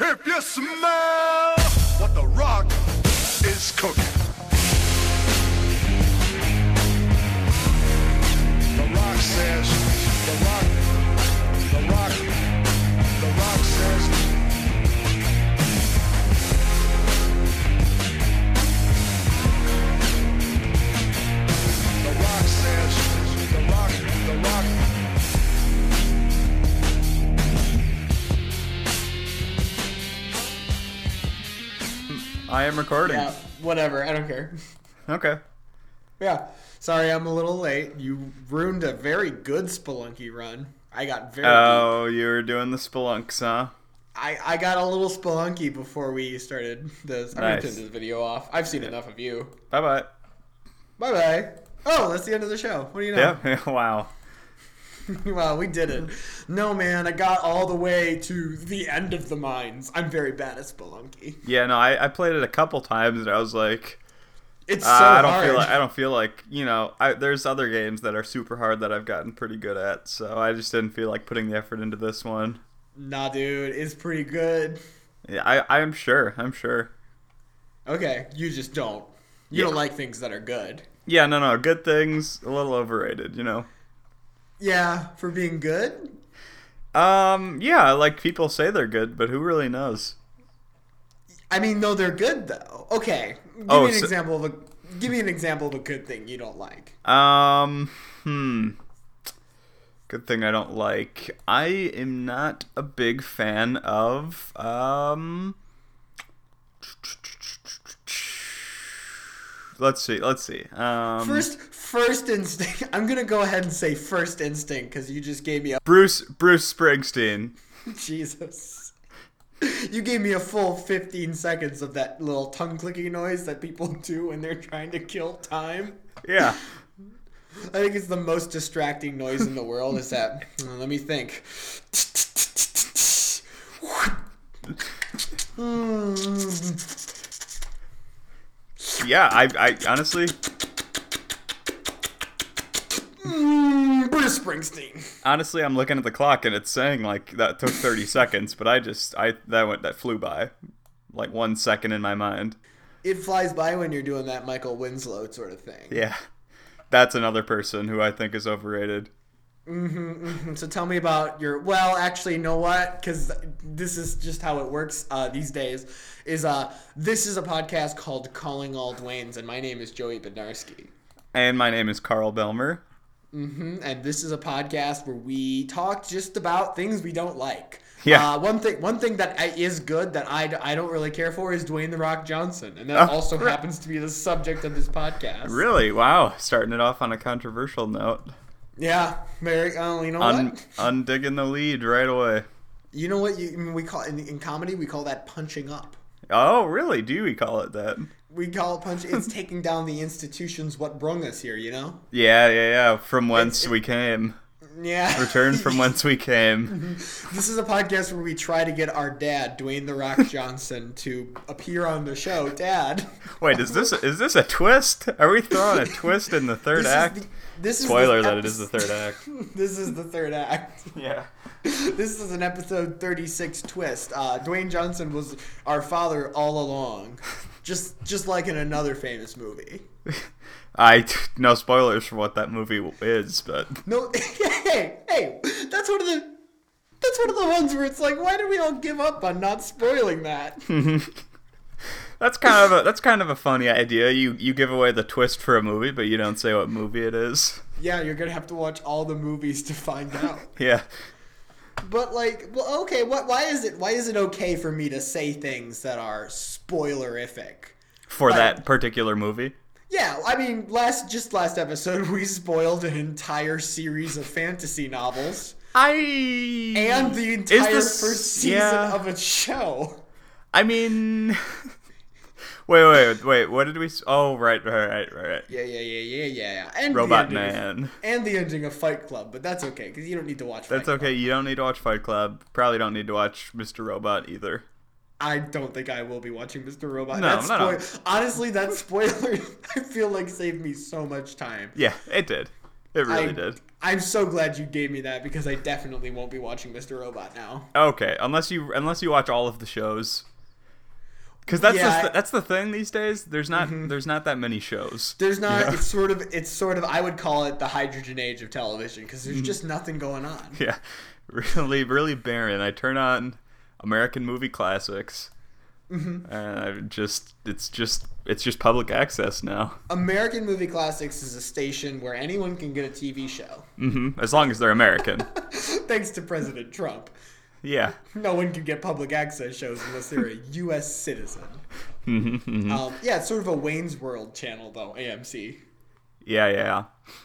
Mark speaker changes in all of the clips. Speaker 1: If you smell what the rock is cooking. The rock says, the rock, the rock, the rock says. The rock says, the rock, the rock.
Speaker 2: I am recording.
Speaker 3: Yeah, whatever. I don't care.
Speaker 2: Okay.
Speaker 3: Yeah. Sorry, I'm a little late. You ruined a very good Spelunky run. I got very. deep.
Speaker 2: Oh, you were doing the spelunks, huh?
Speaker 3: I, I got a little Spelunky before we started this. I'm
Speaker 2: Nice.
Speaker 3: going to turn this video off. I've seen enough of you.
Speaker 2: Bye bye.
Speaker 3: Bye bye. Oh, that's the end of the show. What do you know?
Speaker 2: Yep. wow.
Speaker 3: well, we did it. No, man, I got all the way to the end of the mines. I'm very bad at Spelunky.
Speaker 2: Yeah. No, I, I played it a couple times and I was like,
Speaker 3: It's so
Speaker 2: ah, I don't
Speaker 3: hard.
Speaker 2: feel like I don't feel like you know. I, there's other games that are super hard that I've gotten pretty good at, so I just didn't feel like putting the effort into this one.
Speaker 3: Nah, dude, it's pretty good.
Speaker 2: Yeah, I I'm sure. I'm sure.
Speaker 3: Okay, you just don't. You
Speaker 2: Yeah.
Speaker 3: don't like things that are good.
Speaker 2: Yeah. No. No. Good things. A little overrated. You know.
Speaker 3: Yeah, for being good?
Speaker 2: Um. Yeah. Like people say they're good, but who really knows?
Speaker 3: I mean, no, they're good though. Okay, give
Speaker 2: Oh,
Speaker 3: me an
Speaker 2: so-
Speaker 3: example of a give me an example of a good thing you don't like.
Speaker 2: Um, hmm. Good thing I don't like. I am not a big fan of um Let's see. Let's see. Um
Speaker 3: First, first instinct. I'm gonna go ahead and say first instinct because you just gave me a
Speaker 2: Bruce Bruce Springsteen.
Speaker 3: Jesus. You gave me a full 15 seconds of that little tongue clicking noise that people do when they're trying to kill time.
Speaker 2: Yeah.
Speaker 3: I think it's the most distracting noise in the world. Is that? uh, Let me think. Hmm.
Speaker 2: Yeah, I I honestly Hmm,
Speaker 3: Mm, Bruce Springsteen.
Speaker 2: honestly I'm looking at the clock and it's saying like that took 30 seconds, but I just I that went that flew by like 1 second in my mind.
Speaker 3: It flies by when you're doing that Michael Winslow sort of thing.
Speaker 2: Yeah. That's another person who I think is overrated.
Speaker 3: So tell me about your. Well, actually, you know what? Because this is just how it works uh, these days. Is uh, this is a podcast called Calling All Dwayne's, and my name is Joey Bednarski.
Speaker 2: And my name is Carl Belmer.
Speaker 3: hmm And this is a podcast where we talk just about things we don't like.
Speaker 2: Yeah.
Speaker 3: Uh, one thing, one thing that I, is good that I, d- I don't really care for is Dwayne the Rock Johnson, and that
Speaker 2: Oh,
Speaker 3: also
Speaker 2: right.
Speaker 3: happens to be the subject of this podcast.
Speaker 2: Really? Wow. Starting it off on a controversial note.
Speaker 3: Yeah. Very. Oh, you know
Speaker 2: Un-
Speaker 3: what?
Speaker 2: undigging the lead right away.
Speaker 3: You know what? You, I mean, we call in, in comedy we call that punching up.
Speaker 2: Oh, really? Do we call it that?
Speaker 3: We call it punch. It's taking down the institutions what brung us here, you know?
Speaker 2: Yeah, yeah, yeah. From whence we came.
Speaker 3: Yeah.
Speaker 2: Return from whence we came.
Speaker 3: this is a podcast where we try to get our dad, Dwayne the Rock Johnson, to appear on the show. Dad.
Speaker 2: Wait, is this is this a twist? Are we throwing a twist in the third
Speaker 3: This
Speaker 2: act?
Speaker 3: Is the, this is
Speaker 2: Spoiler
Speaker 3: the
Speaker 2: that it is the third act.
Speaker 3: this is the third act.
Speaker 2: yeah.
Speaker 3: This is an episode 36 twist. Uh, Dwayne Johnson was our father all along, just just like in another famous movie.
Speaker 2: I no spoilers for what that movie is, but
Speaker 3: No, hey, hey, that's one of the that's one of the ones where it's like, why did we all give up on not spoiling that?
Speaker 2: Hmm. that's kind of a that's kind of a funny idea. You you give away the twist for a movie, but you don't say what movie it is.
Speaker 3: yeah, you're gonna have to watch all the movies to find out.
Speaker 2: Yeah.
Speaker 3: But like, well, okay, what? Why is it? Why is it okay for me to say things that are spoilerific?
Speaker 2: for
Speaker 3: Right.
Speaker 2: that particular movie.
Speaker 3: Yeah, I mean, last just last episode we spoiled an entire series of fantasy novels
Speaker 2: I
Speaker 3: and the entire
Speaker 2: this-
Speaker 3: first season
Speaker 2: yeah.
Speaker 3: of a show.
Speaker 2: I mean, wait, wait, wait. What did we? s- Oh, right, right, right, right. right.
Speaker 3: Yeah, yeah, yeah, yeah, yeah, yeah. And the
Speaker 2: Robot
Speaker 3: ending of-
Speaker 2: Man.
Speaker 3: and the ending of Fight Club, but that's okay because you don't need to watch. Fight
Speaker 2: That's okay. You don't need to watch Fight Club. Probably don't need to watch Mr. Robot either.
Speaker 3: I don't think I will be watching Mr. Robot.
Speaker 2: No,
Speaker 3: that
Speaker 2: no, no.
Speaker 3: Honestly, that spoiler I feel like saved me so much time.
Speaker 2: Yeah, it did. It really
Speaker 3: I,
Speaker 2: did.
Speaker 3: I'm so glad you gave me that because I definitely won't be watching Mr. Robot now.
Speaker 2: Okay, unless you unless you watch all of the shows. Cuz that's
Speaker 3: Yeah,
Speaker 2: the,
Speaker 3: I-
Speaker 2: that's the thing these days. There's not there's not that many shows.
Speaker 3: There's not.
Speaker 2: Yeah.
Speaker 3: It's sort of. It's sort of. I would call it the hydrogen age of television because
Speaker 2: Mm.
Speaker 3: there's just nothing going on.
Speaker 2: Yeah. Really really barren. I turn on American movie classics.
Speaker 3: Mm-hmm.
Speaker 2: And I just it's just it's just public access now.
Speaker 3: American Movie Classics is a station where anyone can get a TV show.
Speaker 2: Mhm. As long as they're American. Mm.
Speaker 3: Thanks to President Trump,
Speaker 2: yeah.
Speaker 3: no one can get public access shows unless they're a U.S. citizen.
Speaker 2: Mm-hmm,
Speaker 3: Um, yeah, it's sort of a Wayne's World channel though. AMC.
Speaker 2: Yeah, yeah, yeah.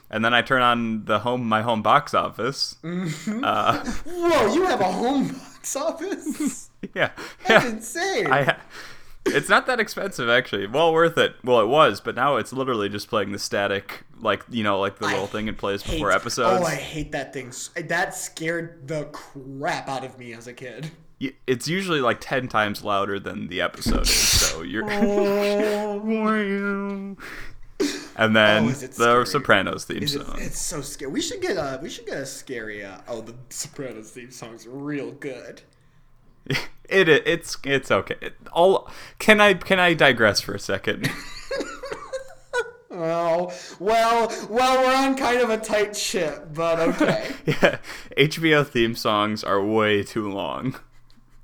Speaker 2: And then I turn on the home my home box office.
Speaker 3: Mm-hmm.
Speaker 2: Uh,
Speaker 3: Whoa, you have a home box office?
Speaker 2: yeah.
Speaker 3: That's
Speaker 2: yeah.
Speaker 3: insane.
Speaker 2: I ha- it's not that expensive actually. Well worth it. Well it was, but now it's literally just playing the static like you know, like the
Speaker 3: I
Speaker 2: little thing it plays
Speaker 3: hate-
Speaker 2: before episodes.
Speaker 3: Oh, I hate that thing. s- That scared the crap out of me as a kid.
Speaker 2: Y- It's usually like ten times louder than the episode is, so you're And then
Speaker 3: Oh, is it
Speaker 2: the
Speaker 3: scary?
Speaker 2: Sopranos theme
Speaker 3: Is it-
Speaker 2: song.
Speaker 3: it's so scary. We should get a we should get a scary. Uh, oh, the Sopranos theme song's real good.
Speaker 2: It, it it's it's okay. It, all can I can I digress for a second?
Speaker 3: Oh well, well we're on kind of a tight ship, but okay.
Speaker 2: yeah, HBO theme songs are way too long.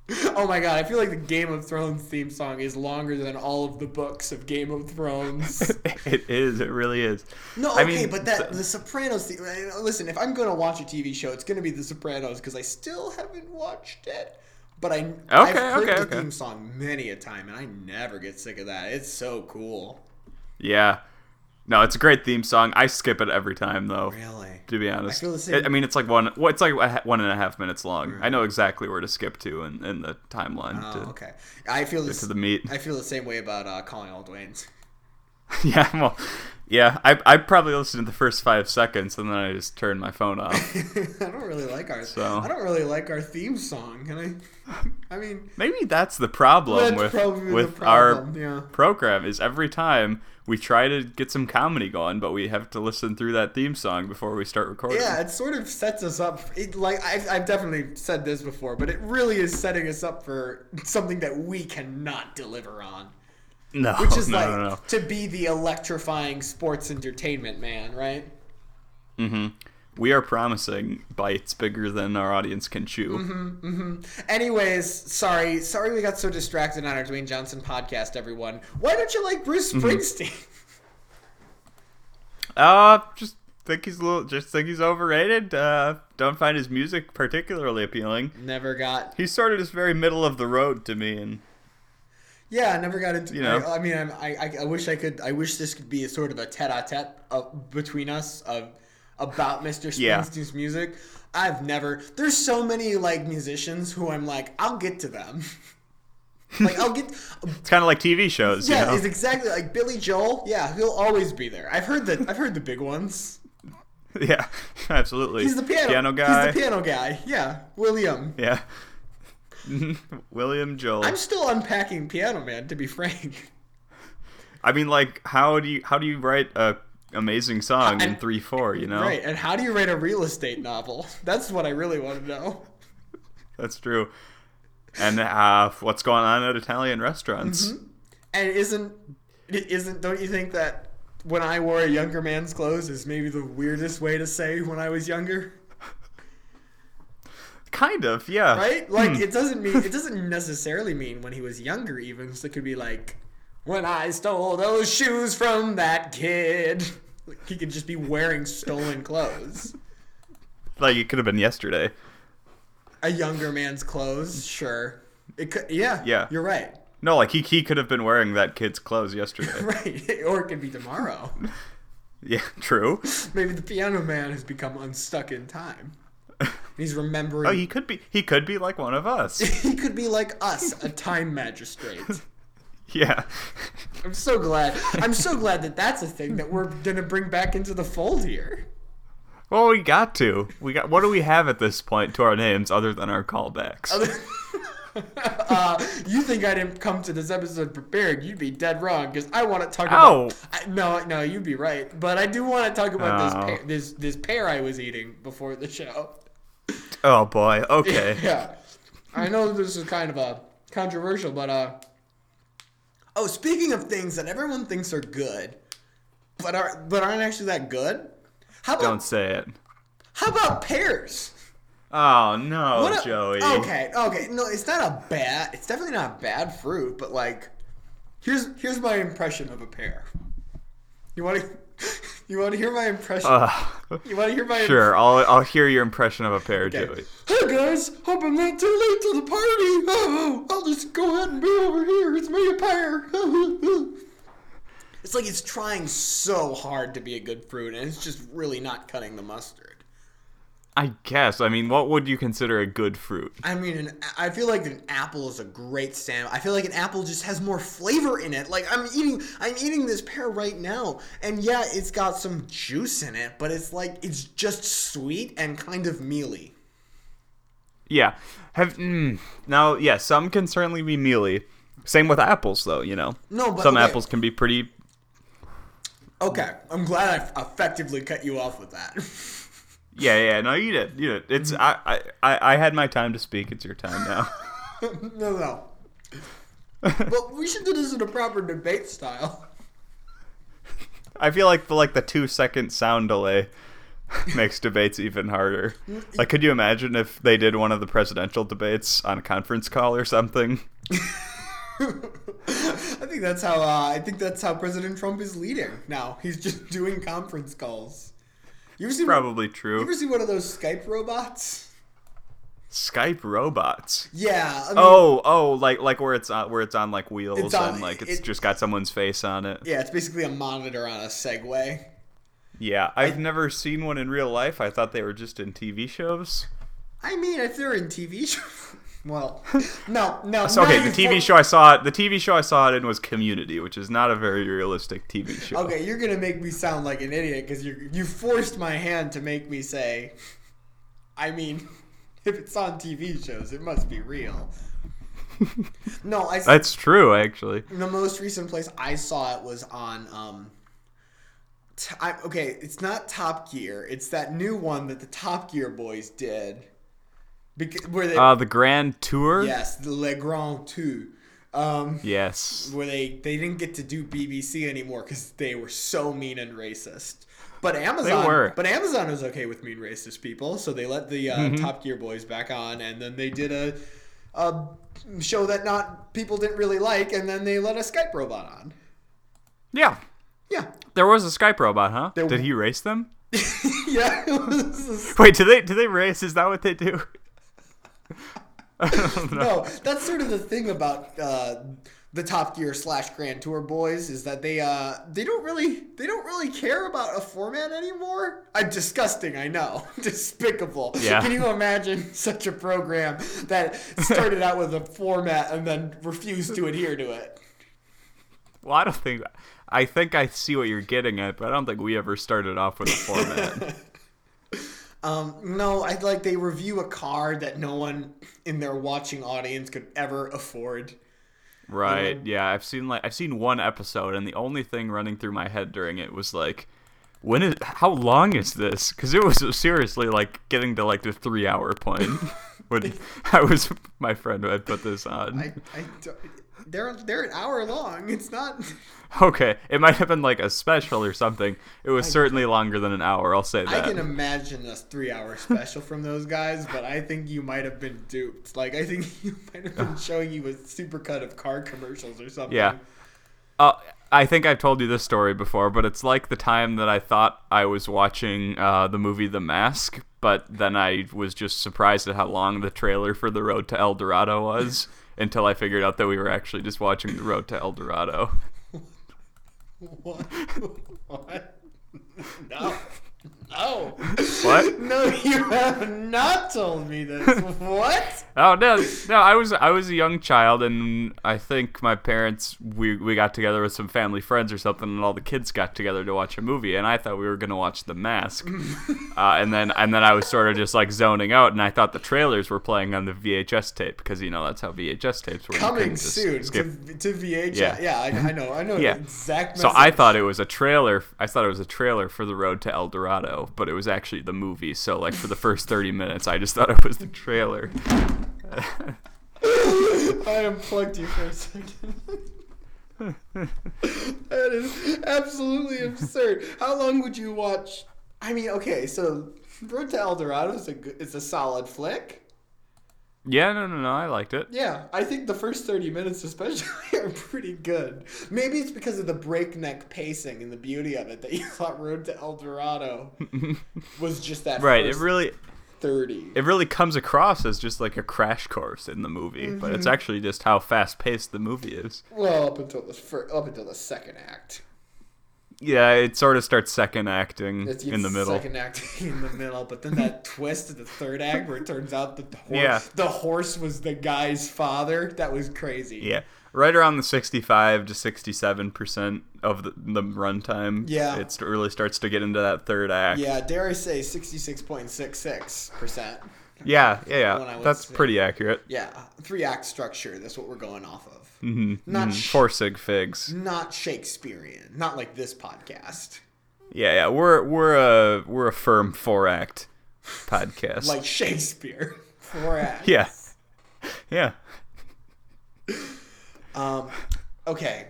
Speaker 3: oh my god, I feel like the Game of Thrones theme song is longer than all of the books of Game of Thrones.
Speaker 2: it is. It really is.
Speaker 3: No, okay,
Speaker 2: I mean,
Speaker 3: but that
Speaker 2: th-
Speaker 3: the Sopranos. The, uh, listen, if I'm going to watch a TV show, it's going to be The Sopranos because I still haven't watched it. But I I've
Speaker 2: Okay,
Speaker 3: heard
Speaker 2: okay,
Speaker 3: the
Speaker 2: okay.
Speaker 3: theme song many a time, and I never get sick of that. It's so cool.
Speaker 2: yeah, no, it's a great theme song. I skip it every time though.
Speaker 3: Really.
Speaker 2: To be honest,
Speaker 3: feel the
Speaker 2: It-
Speaker 3: same.
Speaker 2: I mean, it's like one. Well, it's like a ha- one and a half minutes long. I know exactly where to skip to in, in the timeline
Speaker 3: Oh,
Speaker 2: to,
Speaker 3: okay. I feel this.
Speaker 2: to the meat.
Speaker 3: I feel the same way about uh, calling all Dwayne's.
Speaker 2: yeah, well, yeah. I I probably listen to the first five seconds and then I just turn my phone off.
Speaker 3: I don't really like our.
Speaker 2: So.
Speaker 3: I don't really like our theme song, and I. I mean,
Speaker 2: Maybe that's the problem
Speaker 3: That's
Speaker 2: with
Speaker 3: probably the
Speaker 2: with
Speaker 3: problem,
Speaker 2: our
Speaker 3: yeah.
Speaker 2: program is every time we try to get some comedy going, but we have to listen through that theme song before we start recording.
Speaker 3: Yeah, it sort of sets us up. It, like I've, I've definitely said this before, but it really is setting us up for something that we cannot deliver on,
Speaker 2: no,
Speaker 3: which is
Speaker 2: Oh, no,
Speaker 3: like
Speaker 2: no, no.
Speaker 3: to be the electrifying sports entertainment man, right?
Speaker 2: We are promising bites bigger than our audience can chew.
Speaker 3: Mm-hmm. Anyways, sorry, sorry we got so distracted on our Dwayne Johnson podcast. Everyone, why don't you like Bruce
Speaker 2: Mm-hmm.
Speaker 3: Springsteen?
Speaker 2: Uh, just think he's a little, just think he's overrated. Uh, don't find his music particularly appealing.
Speaker 3: never got,
Speaker 2: He's sort of just very middle of the road to me, and
Speaker 3: yeah, never got into.
Speaker 2: You know.
Speaker 3: I, I mean, I'm, I, I, I wish I could. I wish this could be a sort of a tete-a-tete uh, between us of about Mr.
Speaker 2: Yeah.
Speaker 3: Springsteen's music. I've never. There's so many like musicians who I'm like, I'll get to them. like I'll get.
Speaker 2: it's kind of like TV shows. you
Speaker 3: Yeah,
Speaker 2: know?
Speaker 3: it's exactly like Billy Joel. Yeah, he'll always be there. I've heard the I've heard the big ones.
Speaker 2: yeah, absolutely.
Speaker 3: He's the piano,
Speaker 2: guy.
Speaker 3: He's the piano guy. Yeah, William.
Speaker 2: yeah, William Joel.
Speaker 3: I'm still unpacking Piano Man, to be frank.
Speaker 2: I mean, like, how do you how do you write a amazing song in
Speaker 3: And-
Speaker 2: three four? You know,
Speaker 3: Right, and how do you write a real estate novel? That's what I really want to know.
Speaker 2: that's true. And uh, what's going on at Italian restaurants?
Speaker 3: Mm-hmm. And isn't it isn't don't you think that when I wore a younger man's clothes is maybe the weirdest way to say when I was younger?
Speaker 2: Kind of, yeah.
Speaker 3: Right?
Speaker 2: Hmm.
Speaker 3: Like it doesn't mean it doesn't necessarily mean when he was younger even, so it could be like when I stole those shoes from that kid. Like, he could just be wearing stolen clothes.
Speaker 2: Like it could have been yesterday.
Speaker 3: A younger man's clothes, sure. It could yeah.
Speaker 2: Yeah.
Speaker 3: You're right.
Speaker 2: No, like he he could have been wearing that kid's clothes yesterday.
Speaker 3: Right. Or it could be tomorrow.
Speaker 2: yeah, true.
Speaker 3: Maybe the piano man has become unstuck in time. He's remembering.
Speaker 2: Oh, he could be he could be like one of us.
Speaker 3: he could be like us, a time magistrate.
Speaker 2: yeah.
Speaker 3: I'm so glad. I'm so glad that that's a thing that we're gonna bring back into the fold here.
Speaker 2: Well, we got to. We got. What do we have at this point to our names other than our callbacks?
Speaker 3: uh, you think I didn't come to this episode prepared? You'd be dead wrong because I want to talk
Speaker 2: Ow.
Speaker 3: about. I, no, no, you'd be right. But I do want to talk about
Speaker 2: Ow.
Speaker 3: this pear, this this pear I was eating before the show.
Speaker 2: Oh boy. Okay.
Speaker 3: yeah, I know this is kind of a controversial, but uh. Oh, speaking of things that everyone thinks are good, but are but aren't actually that good. How about
Speaker 2: Don't say it.
Speaker 3: how about pears?
Speaker 2: Oh no,
Speaker 3: What a-
Speaker 2: Joey.
Speaker 3: Okay, okay. No, it's not a bad. It's definitely not a bad fruit, but like, here's here's my impression of a pear. You want to, you want to hear my impression?
Speaker 2: Ugh.
Speaker 3: you want to hear my
Speaker 2: Uh, sure. I'll I'll hear your impression of a pair,
Speaker 3: Okay.
Speaker 2: Joey.
Speaker 3: Hey guys, hope I'm not too late to the party. Oh, I'll just go ahead and be over here. It's me a pear. it's like it's trying so hard to be a good fruit, and it's just really not cutting the mustard.
Speaker 2: I guess. I mean, what would you consider a good fruit?
Speaker 3: I mean, an, I feel like an apple is a great sandwich. I feel like an apple just has more flavor in it. Like I'm eating, I'm eating this pear right now, and yeah, it's got some juice in it, but it's like it's just sweet and kind of mealy.
Speaker 2: Yeah. Have mm, now, yeah, some can certainly be mealy. Same with apples, though. You know,
Speaker 3: No, but-
Speaker 2: some
Speaker 3: okay.
Speaker 2: apples can be pretty.
Speaker 3: Okay, I'm glad I effectively cut you off with that.
Speaker 2: Yeah, yeah. No, you did. You did.
Speaker 3: Mm-hmm.
Speaker 2: It's I, I, I, I had my time to speak. It's your time now.
Speaker 3: no, no. but we should do this in a proper debate style.
Speaker 2: I feel like the like the two second sound delay makes debates even harder.
Speaker 3: Mm-hmm.
Speaker 2: Like, could you imagine if they did one of the presidential debates on a conference call or something?
Speaker 3: I think that's how uh, I think that's how President Trump is leading now. He's just doing conference calls. You ever seen
Speaker 2: Probably
Speaker 3: You ever
Speaker 2: true.
Speaker 3: see one of those Skype robots?
Speaker 2: Skype robots.
Speaker 3: Yeah. I mean,
Speaker 2: Oh, oh, like like where it's on where it's on like wheels
Speaker 3: It's on-
Speaker 2: and like it's
Speaker 3: it-
Speaker 2: just got someone's face on it.
Speaker 3: Yeah, it's basically a monitor on a Segway.
Speaker 2: Yeah, I've never seen one in real life. I thought they were just in TV shows.
Speaker 3: I mean, if they're in TV shows. Well, no, no.
Speaker 2: So, okay,
Speaker 3: not
Speaker 2: the
Speaker 3: even-
Speaker 2: TV show I saw the TV show I saw it in was Community, which is not a very realistic TV show.
Speaker 3: Okay, you're gonna make me sound like an idiot because you you forced my hand to make me say. I mean, if it's on TV shows, it must be real. no, I.
Speaker 2: That's true, actually.
Speaker 3: the most recent place I saw it was on um t- I, okay, it's not Top Gear. It's that new one that the Top Gear boys did. Because where they
Speaker 2: Uh, the Grand Tour.
Speaker 3: yes, the Le Grand Tour. Um
Speaker 2: Yes.
Speaker 3: where they they didn't get to do BBC anymore cuz they were so mean and racist. But Amazon
Speaker 2: were.
Speaker 3: but Amazon was okay with mean racist people, so they let the uh, Top Gear boys back on and then they did a a show that not people didn't really like and then they let a Skype robot on.
Speaker 2: Yeah.
Speaker 3: Yeah.
Speaker 2: There was a Skype robot, huh?
Speaker 3: There-
Speaker 2: Did he race them?
Speaker 3: yeah. it was-
Speaker 2: Wait, do they do they race? Is that what they do? I don't know.
Speaker 3: no, that's sort of the thing about uh, the Top Gear slash Grand Tour boys is that they uh, they don't really they don't really care about a format anymore. I'm disgusting, I know, despicable.
Speaker 2: Yeah.
Speaker 3: Can you imagine such a program that started out with a format and then refused to adhere to it?
Speaker 2: Well, I don't think. I think I see what you're getting at, but I don't think we ever started off with a format.
Speaker 3: Um, no, I like they review a car that no one in their watching audience could ever afford.
Speaker 2: right? Yeah, I've seen like I've seen one episode, and the only thing running through my head during it was like, when is how long is this? Because it was seriously like getting to like the three hour point. when I was my friend who had put this on.
Speaker 3: I, I don't- they're they're an hour long. It's not.
Speaker 2: Okay, it might have been like a special or something. It was certainly longer than an hour. I'll say
Speaker 3: I
Speaker 2: that.
Speaker 3: can imagine a three-hour special from those guys, but I think you might have been duped. Like I think you might have been showing you a supercut of car commercials or something.
Speaker 2: yeah. Uh, I think I've told you this story before, but it's like the time that I thought I was watching uh, the movie The Mask, but then I was just surprised at how long the trailer for The Road to El Dorado was until I figured out that we were actually just watching The Road to El Dorado.
Speaker 3: What? what? No. Oh.
Speaker 2: What?
Speaker 3: No, you have not told me this. what?
Speaker 2: Oh no, no! I was I was a young child, and I think my parents we we got together with some family friends or something, and all the kids got together to watch a movie, and I thought we were gonna watch The Mask, uh, and then and then I was sort of just like zoning out, and I thought the trailers were playing on the VHS tape because you know that's how VHS tapes were. You couldn't
Speaker 3: Coming
Speaker 2: just
Speaker 3: soon
Speaker 2: skip.
Speaker 3: to, to VH. Yeah,
Speaker 2: Yeah.
Speaker 3: I, I know. I know
Speaker 2: Yeah.
Speaker 3: the exact
Speaker 2: So
Speaker 3: message.
Speaker 2: I thought it was a trailer. I thought it was a trailer for The Road to El Dorado, but it was actually the movie. So like for the first thirty minutes, I just thought it was the trailer.
Speaker 3: I unplugged you for a second. that is absolutely absurd. How long would you watch? I mean, okay, so Road to El Dorado is a good, it's a solid flick.
Speaker 2: Yeah, no, no, no. I liked it.
Speaker 3: Yeah, I think the first thirty minutes especially are pretty good. Maybe it's because of the breakneck pacing and the beauty of it that you thought Road to El Dorado was just that.
Speaker 2: Right. It
Speaker 3: first
Speaker 2: really
Speaker 3: thirty.
Speaker 2: it really comes across as just like a crash course in the movie, but it's
Speaker 3: Mm-hmm.
Speaker 2: actually just how fast paced the movie is.
Speaker 3: well, up until the fir- up until the second act.
Speaker 2: Yeah, it sort of starts second acting
Speaker 3: It's,
Speaker 2: in the middle.
Speaker 3: Second act in the middle, but then that twist in the third act where it turns out that the horse,
Speaker 2: Yeah.
Speaker 3: the horse was the guy's father. That was crazy.
Speaker 2: Yeah, right around the sixty-five to sixty-seven percent of the, the runtime.
Speaker 3: Yeah.
Speaker 2: it st- really starts to get into that third act.
Speaker 3: Yeah, dare I say, sixty-six point six six percent.
Speaker 2: yeah, yeah.
Speaker 3: When I
Speaker 2: yeah.
Speaker 3: was
Speaker 2: That's
Speaker 3: there.
Speaker 2: pretty accurate.
Speaker 3: Yeah, three act structure. That's what we're going off of.
Speaker 2: Mm-hmm.
Speaker 3: Not sh-
Speaker 2: Four sig figs.
Speaker 3: Not Shakespearean. Not like this podcast.
Speaker 2: Yeah, yeah. We're we're a we're a firm four act podcast.
Speaker 3: Like Shakespeare. Four acts.
Speaker 2: yeah, yeah.
Speaker 3: Um, okay.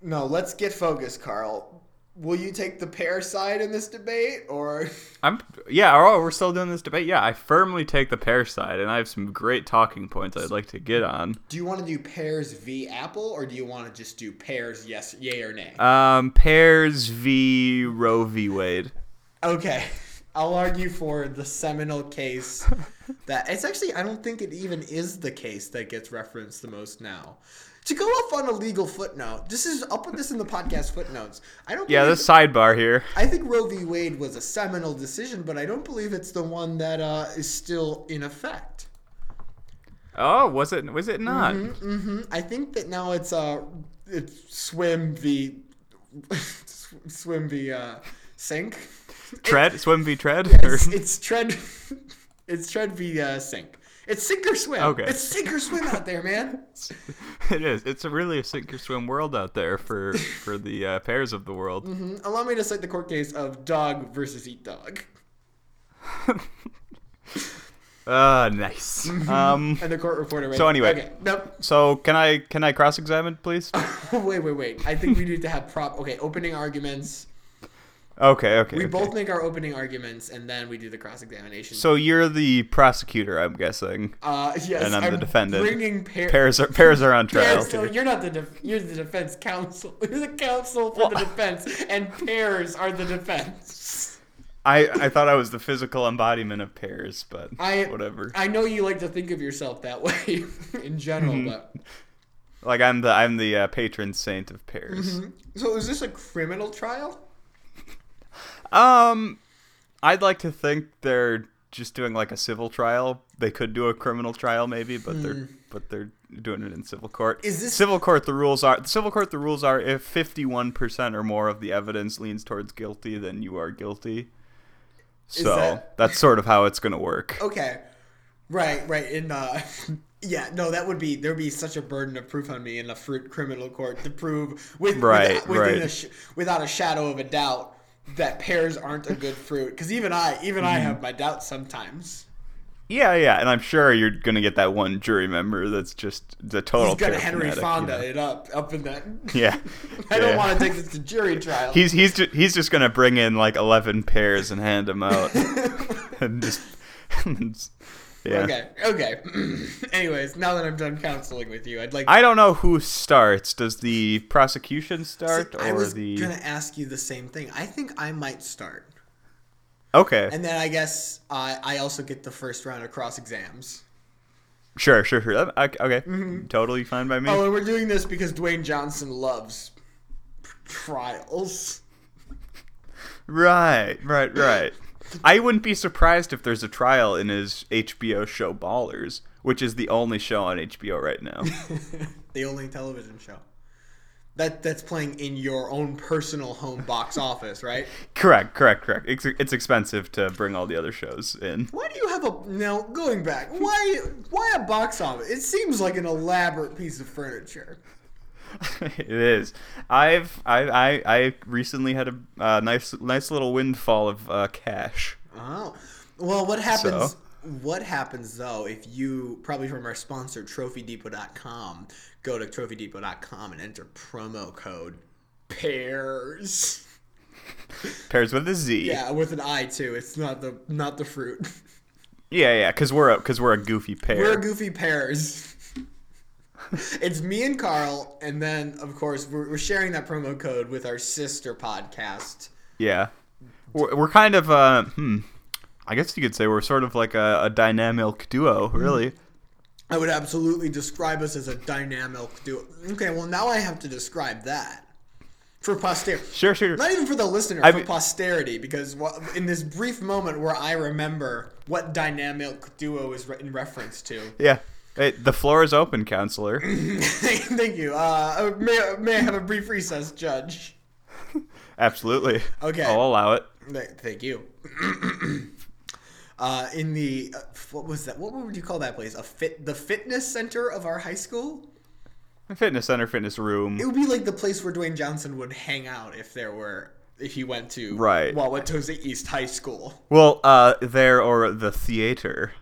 Speaker 3: No, let's get focused, Carl. Will you take the pair side in this debate, or
Speaker 2: I'm yeah. Oh, we're still doing this debate. Yeah, I firmly take the pair side, and I have some great talking points I'd like to get on.
Speaker 3: Do you want to do pears v apple, or do you want to just do pears yes, yay or nay?
Speaker 2: Um, pairs v Roe v Wade.
Speaker 3: okay, I'll argue for the seminal case that it's actually I don't think it even is the case that gets referenced the most now. To go off on a legal footnote, this is I'll put this in the podcast footnotes. I don't.
Speaker 2: Yeah,
Speaker 3: believe-
Speaker 2: this sidebar here.
Speaker 3: I think Roe v. Wade was a seminal decision, but I don't believe it's the one that uh, is still in effect.
Speaker 2: Oh, was it? Was it not?
Speaker 3: hmm I think that now it's uh, it's swim v, swim v uh, sink.
Speaker 2: Tread, swim v tread.
Speaker 3: It's,
Speaker 2: Or-
Speaker 3: it's tread, it's tread v uh, sink. It's sink or swim.
Speaker 2: Okay.
Speaker 3: It's sink or swim out there, man.
Speaker 2: it is. It's a really a sink or swim world out there for for the uh, pairs of the world.
Speaker 3: Mm, Allow me to cite the court case of dog versus eat dog,
Speaker 2: Ah, nice.
Speaker 3: Mm-hmm.
Speaker 2: Um,
Speaker 3: and the court reporter. Right
Speaker 2: So anyway.
Speaker 3: okay, nope.
Speaker 2: so can I can I cross examine, please?
Speaker 3: wait, wait, wait. I think we need to have prop. Okay, opening arguments.
Speaker 2: Okay, okay.
Speaker 3: We
Speaker 2: okay.
Speaker 3: both make our opening arguments, and then we do the cross examination.
Speaker 2: So you're the prosecutor, I'm guessing.
Speaker 3: uh, yes,
Speaker 2: and I'm the defendant.
Speaker 3: Bringing pair.
Speaker 2: Pairs are pairs are on trial.
Speaker 3: Yeah, so you're not the def- you're the defense counsel. You're the counsel for the defense, and pairs are the defense.
Speaker 2: I, I thought I was the physical embodiment of pears, but
Speaker 3: I
Speaker 2: whatever.
Speaker 3: I know you like to think of yourself that way in general,
Speaker 2: Mm-hmm.
Speaker 3: but
Speaker 2: like I'm the I'm the uh, patron saint of pears.
Speaker 3: so is this a criminal trial?
Speaker 2: Um, I'd like to think they're just doing like a civil trial. They could do a criminal trial maybe, but they're but they're doing it in civil court.
Speaker 3: Hmm. Is this-
Speaker 2: civil court? The rules are civil court. The rules are if fifty one percent or more of the evidence leans towards guilty, then you are guilty. So
Speaker 3: that-
Speaker 2: that's sort of how it's gonna work.
Speaker 3: Okay, right, right. In uh, yeah, no, that would be there'd be such a burden of proof on me in the fruit criminal court to prove with
Speaker 2: Right,
Speaker 3: without, within
Speaker 2: right.
Speaker 3: A sh- without a shadow of a doubt that pears aren't a good fruit. Because even I, even
Speaker 2: Mm-hmm.
Speaker 3: I have my doubts sometimes.
Speaker 2: Yeah, yeah, and I'm sure you're gonna get that one jury member that's just the total.
Speaker 3: He's gonna
Speaker 2: pear
Speaker 3: Henry
Speaker 2: fanatic, you
Speaker 3: Fonda
Speaker 2: know?
Speaker 3: it up, up in that.
Speaker 2: Yeah,
Speaker 3: I don't
Speaker 2: yeah.
Speaker 3: want to take this to jury trial.
Speaker 2: He's he's just, he's just gonna bring in like eleven pairs and hand them out, and just yeah.
Speaker 3: Okay, okay. Anyways, now that I'm done counseling with you, I'd like.
Speaker 2: I don't know who starts. Does the prosecution start
Speaker 3: I
Speaker 2: or
Speaker 3: was
Speaker 2: the?
Speaker 3: gonna ask you the same thing. I think I might start,
Speaker 2: Okay,
Speaker 3: and then I guess I I also get the first round of cross exams.
Speaker 2: sure, sure, sure. That- Okay, okay. totally fine by me.
Speaker 3: Mm-hmm. Oh, and we're doing this because Dwayne Johnson loves trials.
Speaker 2: Right, right, right. I wouldn't be surprised if there's a trial in his HBO show Ballers, which is the only show on HBO right now.
Speaker 3: the only television show that that's playing in your own personal home box office, right?
Speaker 2: correct, correct, correct. It's, it's expensive to bring all the other shows in.
Speaker 3: Why do you have a now going back? Why why a box office? It seems like an elaborate piece of furniture.
Speaker 2: it is. I've I I, I recently had a uh, nice nice little windfall of uh, cash.
Speaker 3: Oh, well, what happens?
Speaker 2: So?
Speaker 3: What happens though if you probably from our sponsor TrophyDepot.com go to TrophyDepot.com and enter promo code pears?
Speaker 2: Pairs with a Z.
Speaker 3: Yeah, with an I too. It's not the not the fruit.
Speaker 2: yeah, yeah. Because we're a because we're a goofy pair.
Speaker 3: We're goofy pears. it's me and Carl, and then of course we're, we're sharing that promo code with our sister podcast.
Speaker 2: yeah, we're, we're kind of uh, hmm. I guess you could say we're sort of like a, a dynamic duo,
Speaker 3: Mm-hmm.
Speaker 2: really.
Speaker 3: I would absolutely describe us as a dynamic duo. Okay, well now I have to describe that for posterity.
Speaker 2: Sure, sure.
Speaker 3: Not even for the listener,
Speaker 2: I
Speaker 3: for
Speaker 2: mean-
Speaker 3: posterity, because wha- in this brief moment where I remember what dynamic duo is re- in reference to,
Speaker 2: Yeah. Hey, the floor is open, counselor.
Speaker 3: thank you. Uh, may, I- may I have a brief recess, Judge?
Speaker 2: Absolutely.
Speaker 3: Okay.
Speaker 2: I'll allow it.
Speaker 3: Th- Thank you. uh, in the uh, what was that? What would you call that place? A fit the fitness center of our high school.
Speaker 2: Fitness center, fitness room.
Speaker 3: It would be like the place where Dwayne Johnson would hang out if there were if he went to
Speaker 2: Right.
Speaker 3: Wauwatosa East High School.
Speaker 2: Well, uh, there or the theater.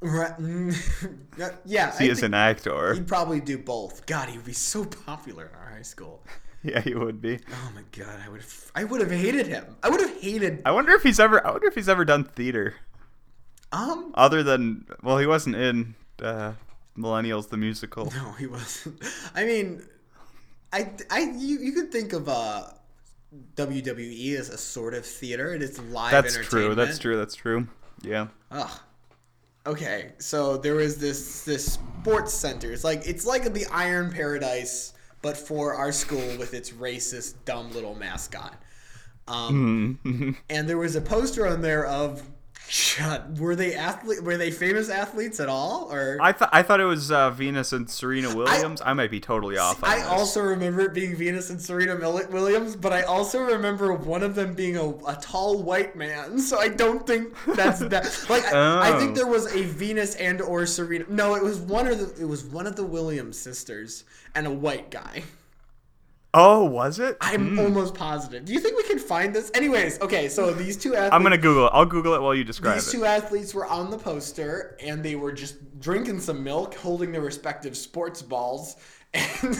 Speaker 3: Right. mm, yeah,
Speaker 2: He
Speaker 3: I
Speaker 2: is
Speaker 3: think
Speaker 2: an actor.
Speaker 3: he'd probably do both. God, he'd be so popular in our high school.
Speaker 2: Yeah, he would be.
Speaker 3: Oh my God, I would have I would have hated him. I would have hated
Speaker 2: I wonder if he's ever. I wonder if he's ever done theater
Speaker 3: um.
Speaker 2: other than. Well, he wasn't in uh, Millennials the musical.
Speaker 3: No, he wasn't. I mean, I, I, you, you could think of uh, WWE as a sort of theater. It is live.
Speaker 2: That's true.
Speaker 3: entertainment.
Speaker 2: That's true. That's true. Yeah.
Speaker 3: Ugh. Okay, so there is this this sports center. It's like it's like the Iron Paradise, but for our school with its racist, dumb little mascot. Um, And there was a poster on there of. God, were they athlete? Were they famous athletes at all? Or
Speaker 2: I thought I thought it was uh, Venus and Serena Williams. I, might be totally off. On
Speaker 3: I
Speaker 2: this.
Speaker 3: also remember it being Venus and Serena Mil- Williams, but I also remember one of them being a, a tall white man. So I don't think that's that. Like I, I think
Speaker 2: Oh.
Speaker 3: there was a Venus and or Serena. No, it was one of the it was one of the Williams sisters and a white guy.
Speaker 2: Oh, was it?
Speaker 3: I'm almost positive. Do you think we can find this? Anyways, okay. So these two athletes.
Speaker 2: I'm gonna Google it. I'll Google it while you describe
Speaker 3: These
Speaker 2: it.
Speaker 3: two athletes were on the poster and they were just drinking some milk, holding their respective sports balls, and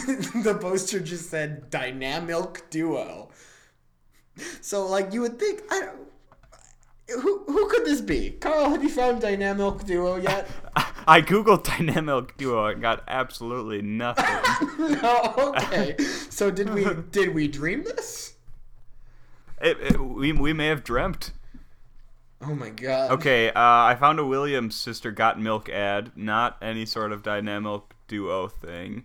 Speaker 3: the poster just said "Dynamic Duo." So, like, you would think, I don't. Who, who could this be? Carl, have you found Dynamic Duo yet?
Speaker 2: I googled dynamic duo and got absolutely nothing.
Speaker 3: no. Oh, Okay. So did we did we dream this?
Speaker 2: it, it- we, we may have dreamt.
Speaker 3: Oh my god.
Speaker 2: Okay, uh, I found a Williams sister got milk ad, not any sort of dynamic duo thing.